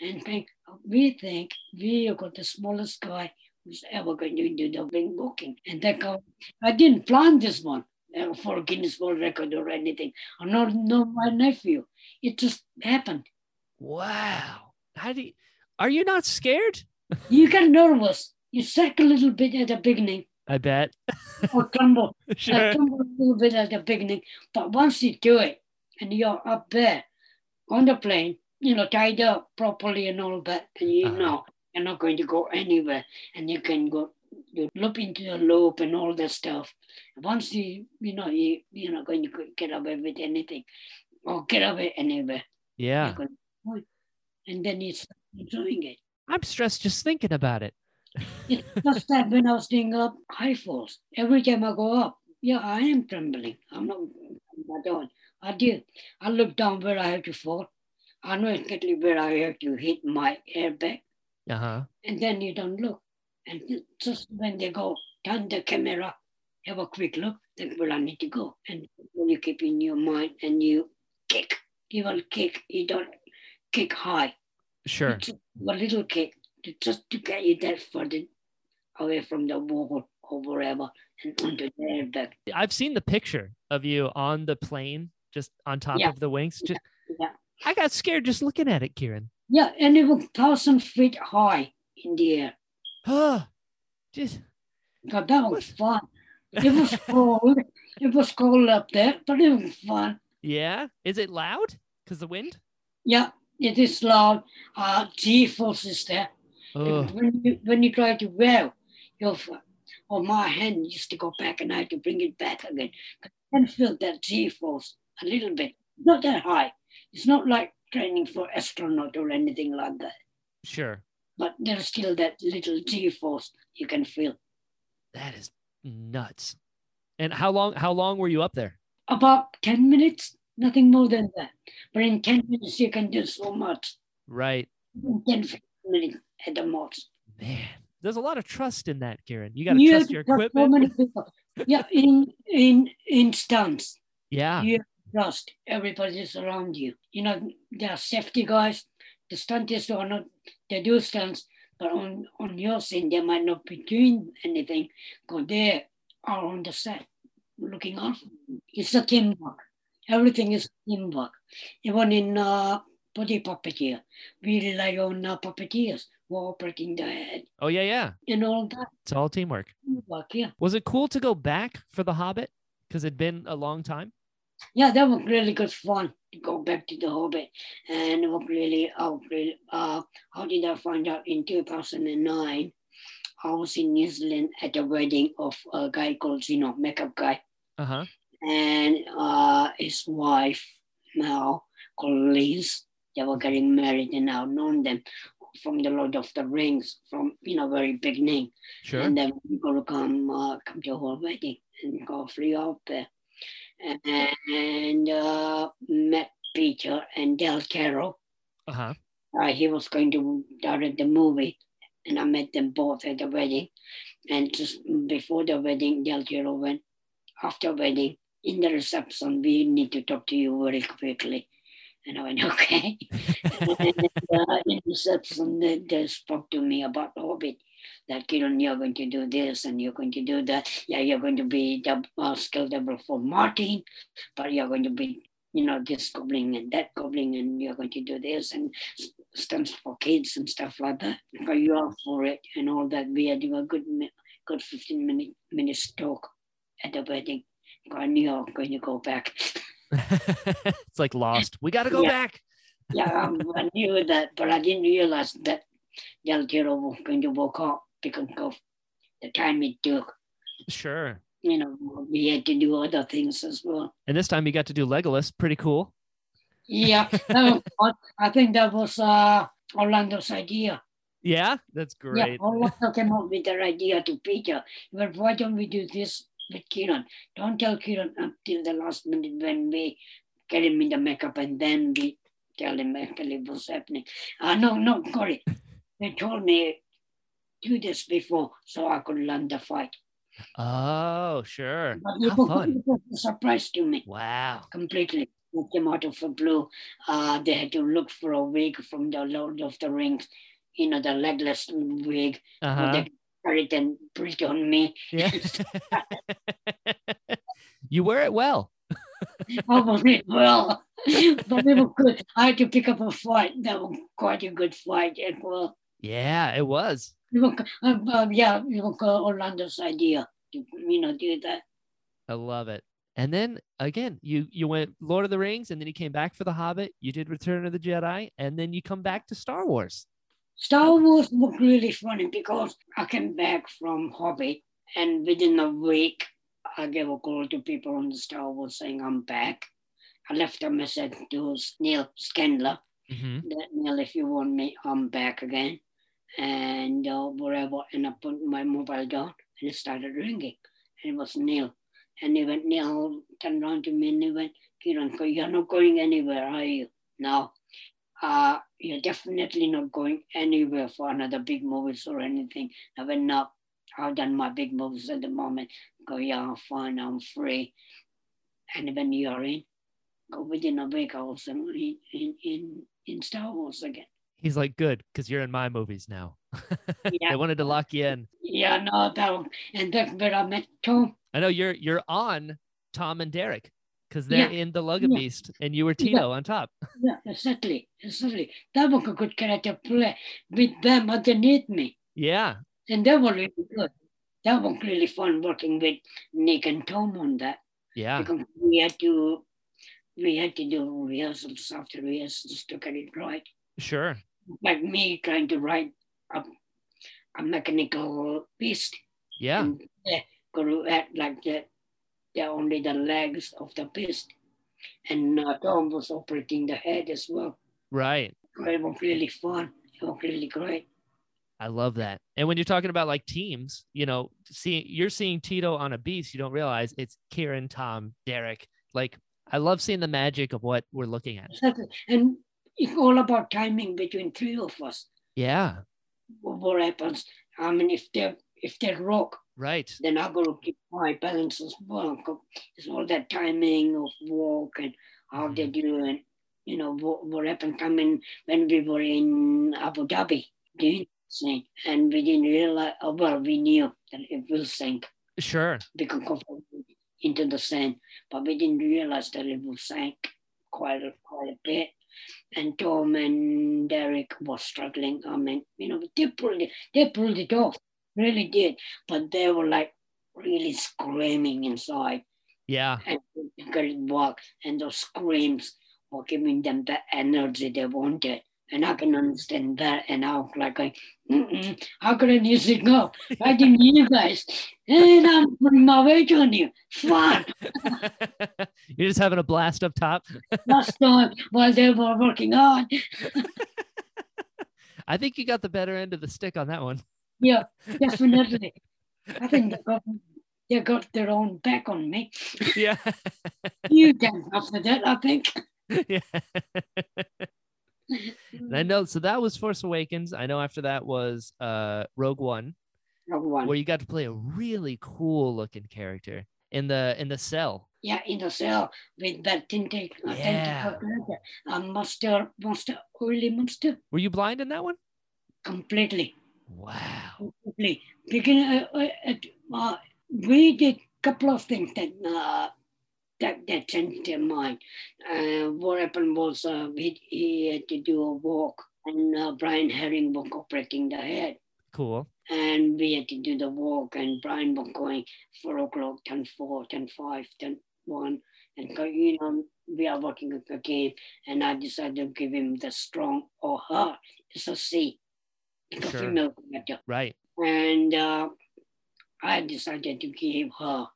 S3: and think, we think we are got the smallest guy who's ever going to do the wing booking. And they go, I didn't plan this one uh, for Guinness World Record or anything. I'm not, not my nephew. It just happened.
S1: Wow. How do you, are you not scared?
S3: You get nervous. You shake a little bit at the beginning.
S1: I bet. *laughs*
S3: or tumble,
S1: Sure.
S3: I tumble uh, a little bit at the beginning. But once you do it and you're up there on the plane, you know, tied up properly and all that, and you
S1: Uh-huh.
S3: know you're not going to go anywhere and you can go you loop into the loop and all that stuff. Once you you know you you're not going to go- get away with anything or get away anywhere. You're
S1: Yeah.
S3: going to- and then you start doing it.
S1: I'm stressed just thinking about it.
S3: It's just that when I was doing up high falls, every time I go up, yeah, I am trembling. I'm not, I don't. I do. I look down where I have to fall. I know exactly where I have to hit my airbag,
S1: Uh-huh.
S3: and then you don't look. And ju- just when they go, turn the camera, have a quick look, then where I need to go. And when you keep in your mind and you kick, you will kick, you don't kick high *laughs*
S1: Sure.
S3: to- a little kick to just to get you that further away from the wall or wherever and onto the airbag.
S1: I've seen the picture of you on the plane, just on top
S3: Yeah.
S1: of the wings. Just,
S3: Yeah.
S1: I got scared just looking at it, Kieran.
S3: Yeah, and it was thousand feet high in the air.
S1: Oh, *gasps* just
S3: God, that was fun. It was cold. it was cold up there, but it was fun.
S1: yeah. Is it loud? Because the wind?
S3: Yeah, it is loud. Uh, G force is there.
S1: Oh,
S3: When you when you try to wear your f- or my hand used to go back and I had to bring it back again. I can feel that G force a little bit. Not that high. It's not like training for astronaut or anything like that.
S1: sure.
S3: But there's still that little G force you can feel.
S1: That is nuts. And how long? How long were you up there?
S3: About ten minutes, nothing more than that. But in ten minutes you can do so much.
S1: Right,
S3: In 10 15 minutes at the most.
S1: man. There's a lot of trust in that, Kieran. You got to
S3: You
S1: trust
S3: have
S1: your
S3: to trust so
S1: equipment.
S3: many people. Yeah, in in in stunts.
S1: yeah,
S3: you trust everybody that's around you. You know, there are safety guys, the stuntists are not, they do stunts, but on, on your scene, they might not be doing anything because they are on the set looking out. for you. It's a teamwork. Everything is teamwork. Even in uh, body puppeteer, we rely on uh, puppeteers who are operating the head
S1: Oh yeah, yeah.
S3: and all that
S1: It's all teamwork.
S3: teamwork, yeah.
S1: Was it cool to go back for The Hobbit? Because it'd been a long time.
S3: yeah, that was really good fun to go back to the Hobbit, and it was really, I was really, uh, how did I find out in 2009? I was in New Zealand at the wedding of a guy called Zeno, makeup guy,
S1: Uh huh.
S3: and uh, his wife now called Liz, They were getting married and I've known them from the Lord of the Rings, from, you know, very beginning.
S1: Sure.
S3: And then we're going to come, uh, come to our wedding and go free out there. And uh, met Peter and Del Carroll.
S1: Uh huh.
S3: Uh, he was going to direct the movie, and I met them both at the wedding. And just before the wedding, Del Giro went, after wedding, in the reception, we need to talk to you very quickly. And I went, *laughs* okay. *laughs* and uh, in reception, they, they spoke to me about Hobbit. That Kiran, you're going to do this and you're going to do that. Yeah, you're going to be dub, uh, skill double for Martin, but you're going to be, you know, this goblin and that goblin, and you're going to do this and s- stunts for kids and stuff like that. But you are for it and all that. We had a good, mi- good 15 minute minutes talk at the wedding. I knew I was going to go back.
S1: *laughs* it's like lost. We got to go
S3: Yeah.
S1: back.
S3: yeah, um, I knew that, but I didn't realize that Del Tiro was going to walk out because of the time it took.
S1: Sure.
S3: You know, we had to do other things as well.
S1: And this time you got to do Legolas. Pretty cool.
S3: Yeah, that was- I think that was uh, Orlando's idea.
S1: Yeah, that's
S3: Yeah,
S1: great.
S3: Orlando came up with that idea to Peter. But why don't we do this with Kiran? Don't tell Kiran until the last minute when we get him in the makeup and then we tell him actually what's happening. Uh, no, no,
S1: *laughs*
S3: sorry. They told me do this before so I could learn the fight.
S1: Oh, sure.
S3: But
S1: How
S3: it was, *laughs*
S1: fun.
S3: it was a surprise to me
S1: Wow.
S3: completely. It came out of the blue. Uh, they had to look for a wig from the Lord of the Rings, you know, the legless wig.
S1: Uh
S3: Well,
S1: huh.
S3: They carried and put it on me.
S1: Yeah. *laughs* you wear it well.
S3: I *laughs* was it Oh, well, but it was good. I had to pick up a fight. That was quite a good fight as well.
S1: Yeah, it was.
S3: It was, uh, uh, yeah, it was uh, Orlando's idea to, you know, do that.
S1: I love it. And then again, you you went Lord of the Rings, and then you came back for The Hobbit. You did Return of the Jedi, and then you come back to Star Wars.
S3: Star Wars was really funny because I came back from Hobbit and within a week, I gave a call to people on the Star Wars saying I'm back. I left a message to Neil Scandler
S1: Mm-hmm.
S3: that Neil, if you want me, I'm back again. And uh, wherever, and I put my mobile down and it started ringing. And it was Neil. And he went, Neil turned around to me and he went, Kiran, you're not going anywhere, are you? No. Uh, you're definitely not going anywhere for another big movies or anything. I went, no, I've done my big movies at the moment. Go, yeah, I'm fine, I'm free. And when you're in, go within a week, I was in, in, in, in Star Wars again.
S1: He's like, good, because you're in my movies now.
S3: Yeah.
S1: they wanted to lock you in.
S3: Yeah, no, that one. And that's where I met Tom.
S1: I know you're you're on Tom and Derek because they're in the Lug
S3: Yeah.
S1: Beast, and you were
S3: Yeah.
S1: Tito on top.
S3: Yeah, exactly. Exactly. That was a good character play with them underneath me.
S1: Yeah,
S3: And they were really good. That was really fun working with Nick and Tom on that.
S1: yeah,
S3: Because we had to we had to do rehearsals after rehearsals to get it right.
S1: sure.
S3: Like me trying to write a, a mechanical beast
S1: Yeah,
S3: and they going to act like that. They're only the legs of the beast. And uh, Tom was operating the head as well.
S1: right.
S3: It was really fun. It was really great.
S1: I love that. And when you're talking about like teams, you know, seeing you're seeing Tito on a beast, you don't realize it's Kieran, Tom, Derek. Like, I love seeing the magic of what we're looking at.
S3: Exactly. And it's all about timing between three of us.
S1: Yeah,
S3: What what happens? I mean, if they if they rock,
S1: right.
S3: then I gotta keep my balance as well. 'cause It's all that timing of walk and how they do and you know what, what happened coming when we were in Abu Dhabi doing sink and we didn't realize oh, well we knew that it will sink
S1: Sure.
S3: because of- into the sand but we didn't realize that it will sink quite a, quite a bit and Tom and Derek was struggling I mean you know they pulled it they pulled it off really did but they were like really screaming inside
S1: *laughs* Yeah.
S3: and couldn't walk, and those screams were giving them the energy they wanted. And I can understand that. And I was like, going, Mm-mm, how could I use it go? I didn't you guys. And I'm putting my weight on you. Fuck.
S1: You're just having a blast up top.
S3: Last time while they were working hard.
S1: I think you got the better end of the stick on that one.
S3: Yeah, definitely. I think they got, they got their own back on me.
S1: *laughs* Yeah.
S3: You done after that, I think.
S1: yeah. And I know so that was Force Awakens. I know after that was uh Rogue One,
S3: Number one.
S1: where you got to play a really cool looking character in the in the cell.
S3: Yeah, in the cell with that tinted uh,
S1: Yeah.
S3: character. A Uh, monster, monster, oily monster,
S1: Were you blind in that one?
S3: completely,
S1: Wow.
S3: completely. Because uh, uh, it, uh, we did couple of things that uh, that that changed their mind. Uh, what happened was uh, he, he had to do a walk, and uh, Brian Herring was operating the head.
S1: Cool.
S3: and we had to do the walk and Brian was going four o'clock, ten four, ten five, ten one, and go, you know, we are working a game and I decided to give him the strong or her. It's a C. It's
S1: Sure.
S3: a female character.
S1: Right.
S3: And uh, I decided to give her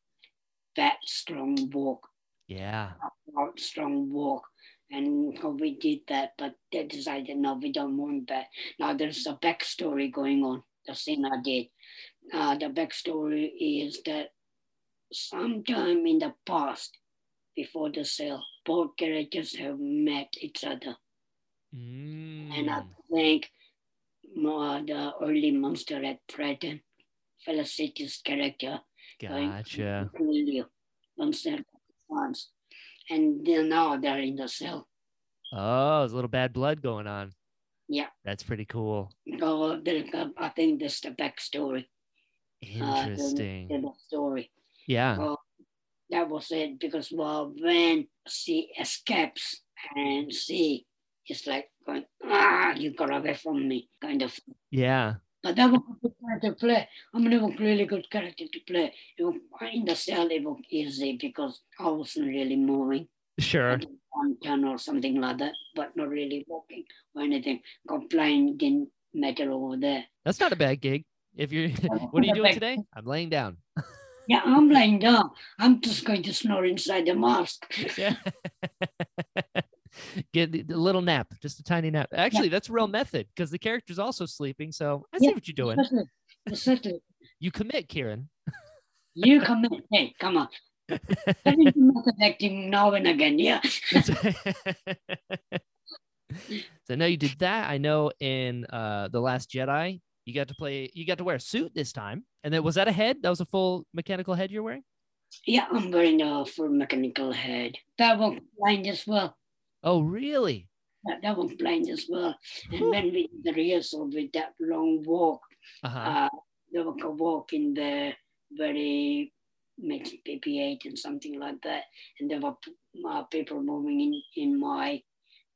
S3: that strong walk,
S1: Yeah.
S3: out strong walk. And so we did that, but they decided no, we don't want that. Now there's a backstory going on. The thing I did. Uh, the backstory is that sometime in the past, before the sale, both characters have met each other. And I
S1: Mm.
S3: think more the early monster had threatened Felicity's character going
S1: Gotcha.
S3: to Cornelio once they're once. And then now they're in the cell.
S1: Oh, there's a little bad blood going on.
S3: Yeah.
S1: That's pretty cool.
S3: So there- uh, I think that's the backstory. uh, the-
S1: Interesting.
S3: the story.
S1: Yeah.
S3: Well, that was it because well, when she escapes and she is like going, ah, you got away from me, kind of.
S1: Yeah.
S3: But that was a good character to play. I mean, it was really good character to play. It was, in the cell, it was easy because I wasn't really moving.
S1: Sure.
S3: *laughs* I did one turn or something like that, but not really walking or anything. Complaint didn't matter over there.
S1: That's not a bad gig. If you're *laughs* what are you doing today? I'm laying down. *laughs*
S3: Yeah, I'm lying down. I'm just going to snore inside the mask.
S1: Yeah. Get a little nap, just a tiny nap. Actually, that's a real method because the character's also sleeping. So I see
S3: Yeah.
S1: what you're doing.
S3: Certainly, certainly.
S1: You commit, Kieran.
S3: You come in. Hey, come on. Let me do method acting now and again. Yeah.
S1: so I know you did that. I know in uh The Last Jedi, you got to play you got to wear a suit this time. And then was that a head? That was a full mechanical head you're wearing?
S3: Yeah, I'm wearing a full mechanical head. That one blind as well.
S1: Oh really?
S3: That, that one blind as well.
S1: Whew.
S3: And when we did the rehearsal with that long walk,
S1: Uh-huh.
S3: uh, there was a walk in the very mixed PP8 and something like that. And there were p- uh, people moving in, in my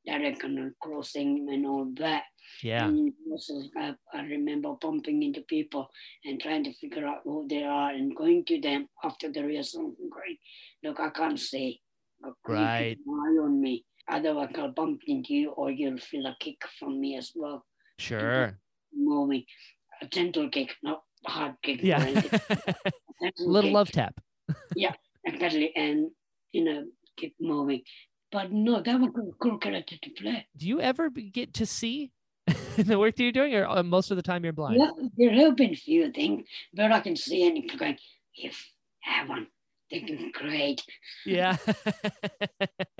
S3: direction and crossing and all that.
S1: Yeah.
S3: And also, I, I remember bumping into people and trying to figure out who they are and going to them after the rehearsal and going, look, I can't see. Look, you keep
S1: Right.
S3: an Eye on me. Otherwise, I'll bump into you or you'll feel a kick from me as well.
S1: Sure.
S3: Moving. A gentle kick, not a hard kick. or
S1: Yeah. *laughs*
S3: anything. A
S1: a
S3: gentle
S1: little
S3: kick,
S1: love tap.
S3: Exactly. And, you know, keep moving. But no, that was a cool character to play.
S1: Do you ever be- get to see *laughs* in the work that you're doing, or uh, most of the time you're blind?
S3: Yeah, there have been few things where I can see and it's going, if heaven, they can create.
S1: Yeah. *laughs*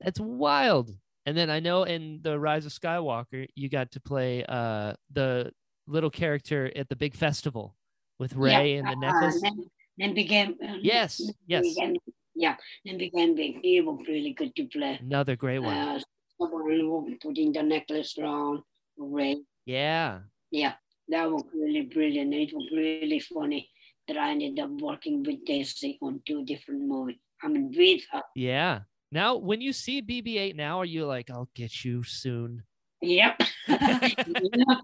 S1: That's wild. And then I know in the Rise of Skywalker, you got to play uh the little character at the big festival with Ray and the necklace.
S3: uh, then, then became. uh,
S1: Yes,
S3: then
S1: yes.
S3: Became, yeah, then became big. He was really good to play.
S1: Another great one. *gasps*
S3: Uh, someone was putting the necklace around Ray.
S1: yeah.
S3: Yeah, that was really brilliant. It was really funny that I ended up working with Daisy on two different movies. I mean, with uh, her.
S1: Yeah. Now when you see BB-8 now, are you like, I'll get you soon?
S3: Yep. *laughs* Yep.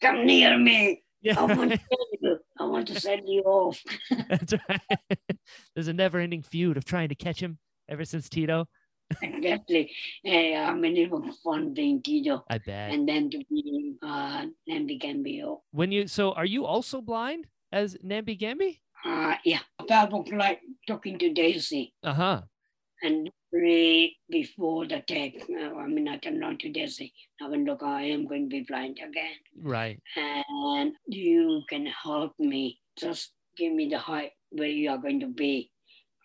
S3: Come near me.
S1: *laughs* Yeah. Oh
S3: I want to tell you. I want to send you off. *laughs*
S1: *laughs* That's right. There's a never ending feud of trying to catch him ever since Tito.
S3: Exactly. Eh, I mean, it was fun being Tito.
S1: I bet.
S3: And then to be uh, Nambi Gambio.
S1: When you so are you also blind as Nambi Gambi?
S3: Uh, yeah, that was like talking to Daisy.
S1: Uh-huh.
S3: And really before the tape, uh, I mean, I turned on to Daisy. I went, look, I am going to be blind again.
S1: Right.
S3: And you can help me. Just give me the height where you are going to be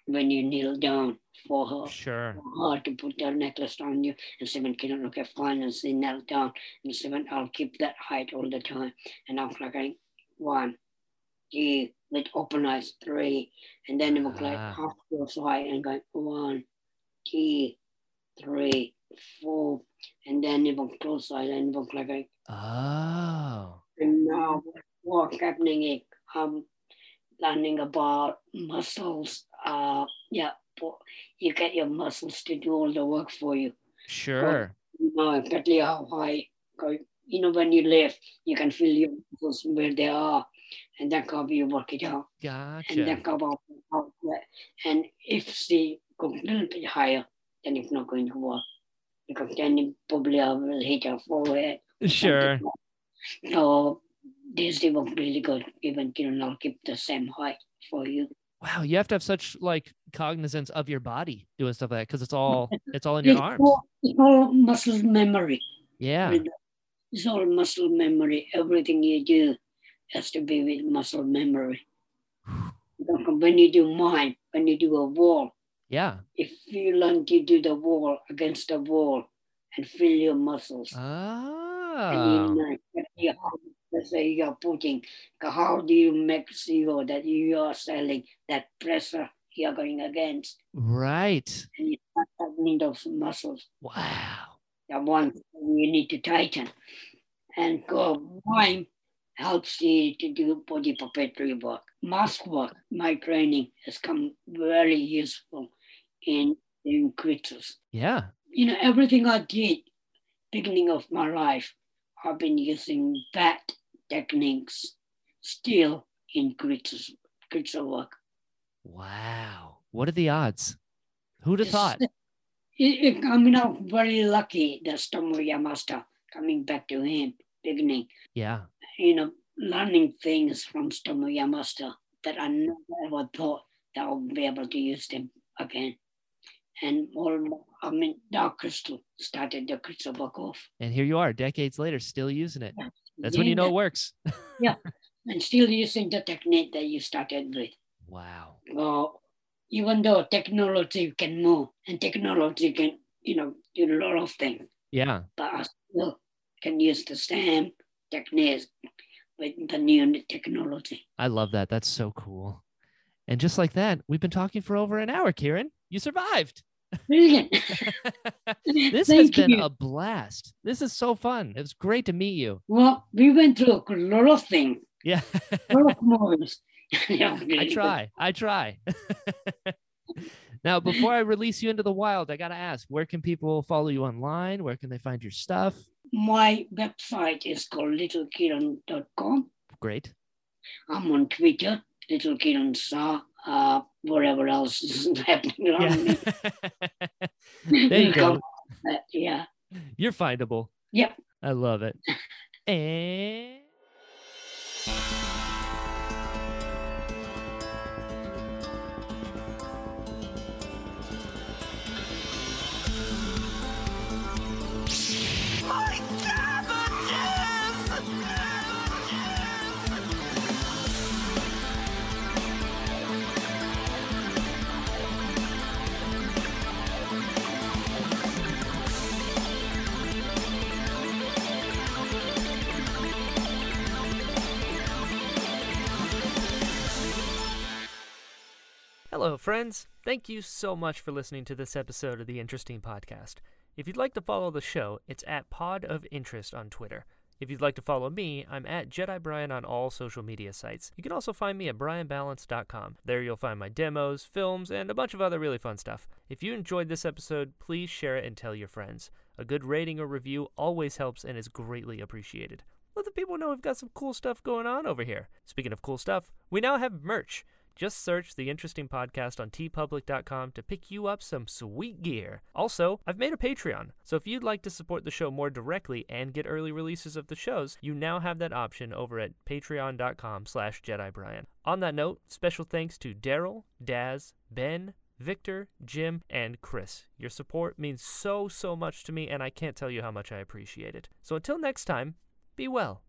S3: when you kneel down for her.
S1: Sure.
S3: hard to Oh, put their necklace on you. And Simon cannot look at fine and see knelt down. And Simon, I'll keep that height all the time. And I'm clicking one, two, with open eyes, three. And then I'm like
S1: Ah.
S3: half your side and going one, two, three, four. And then even close eyes and even clicking.
S1: Oh.
S3: And now what's happening is I'm learning about muscles. Uh, yeah, po- you get your muscles to do all the work for you.
S1: Sure.
S3: You know exactly how high, go- you know, when you lift, you can feel your muscles where they are. And that how you work it out. And
S1: Gotcha.
S3: that how out, out there. And if she go a little bit higher, then it's not going to work. Because then it probably I will hit her forehead *laughs*
S1: Sure.
S3: so this they work really good. Even you know, I'll keep the same height for you.
S1: Wow, you have to have such like cognizance of your body doing stuff like that because it's
S3: *laughs*
S1: all it's all in your
S3: it's,
S1: arms.
S3: All, it's all muscle memory.
S1: Yeah.
S3: With- It's all muscle memory. Everything you do has to be with muscle memory. Because when you do mine, when you do a wall,
S1: Yeah.
S3: if you learn to do the wall against the wall and feel your muscles, and
S1: Oh.
S3: you know, let's say you're putting, uh, how do you make sure that you are selling that pressure you're going against?
S1: Right.
S3: And you start tightening those muscles,
S1: Wow.
S3: the ones you need to tighten. And combine helps you to do body puppetry work. Mask work, my training has come very useful in in creatures.
S1: Yeah.
S3: You know, everything I did beginning of my life, I've been using that techniques still in creature, creature work.
S1: Wow. What are the odds? Who'd have
S3: It's-
S1: thought?
S3: It, it, I mean, I'm very lucky that Tomoya Master coming back to him, beginning,
S1: Yeah.
S3: you know, learning things from Tomoya Master that I never ever thought that I would be able to use them again. And all, my- I mean, Dark Crystal started the crystal work off.
S1: And here you are, decades later, still using it. That's when you know it works.
S3: And still using the technique that you started with.
S1: Wow.
S3: well, even though technology can move and technology can, you know, do a lot of things,
S1: Yeah.
S3: but I still can use the same techniques with the new technology.
S1: I love that. That's so cool. And just like that, we've been talking for over an hour, Kieran. You survived.
S3: Brilliant.
S1: *laughs* this has
S3: Thank
S1: been
S3: you.
S1: a blast. This is so fun. It was great to meet you. *laughs*
S3: well, we went through a lot of things,
S1: Yeah.
S3: a lot of movies. *laughs*
S1: I try. I try. *laughs* now, before I release you into the wild, I got to ask where can people follow you online? Where can they find your stuff?
S3: My website is called littlekiran.com.
S1: Great.
S3: I'm on Twitter, Little Kiran Sa, uh, whatever else is *laughs* happening
S1: Yeah.
S3: around me.
S1: there
S3: *laughs*
S1: you go.
S3: Uh, yeah.
S1: *laughs* You're findable.
S3: Yep.
S1: I love it. and.
S2: Hello, friends. Thank you so much for listening to this episode of the Interesting Podcast. If you'd like to follow the show, it's at Pod of Interest on Twitter. If you'd like to follow me, I'm at Jedi Brian on all social media sites. You can also find me at brianbalance.com. There you'll find my demos, films, and a bunch of other really fun stuff. If you enjoyed this episode, please share it and tell your friends. A good rating or review always helps and is greatly appreciated. Let the people know we've got some cool stuff going on over here. Speaking of cool stuff, we now have merch.
S1: Just search the interesting podcast on tpublic.com to pick you up some sweet gear. Also, I've made a Patreon, so if you'd like to support the show more directly and get early releases of the shows, you now have that option over at patreon.com slash jedibrian. On that note, special thanks to Daryl, Daz, Ben, Victor, Jim, and Chris. Your support means so, so much to me, and I can't tell you how much I appreciate it. So until next time, be well.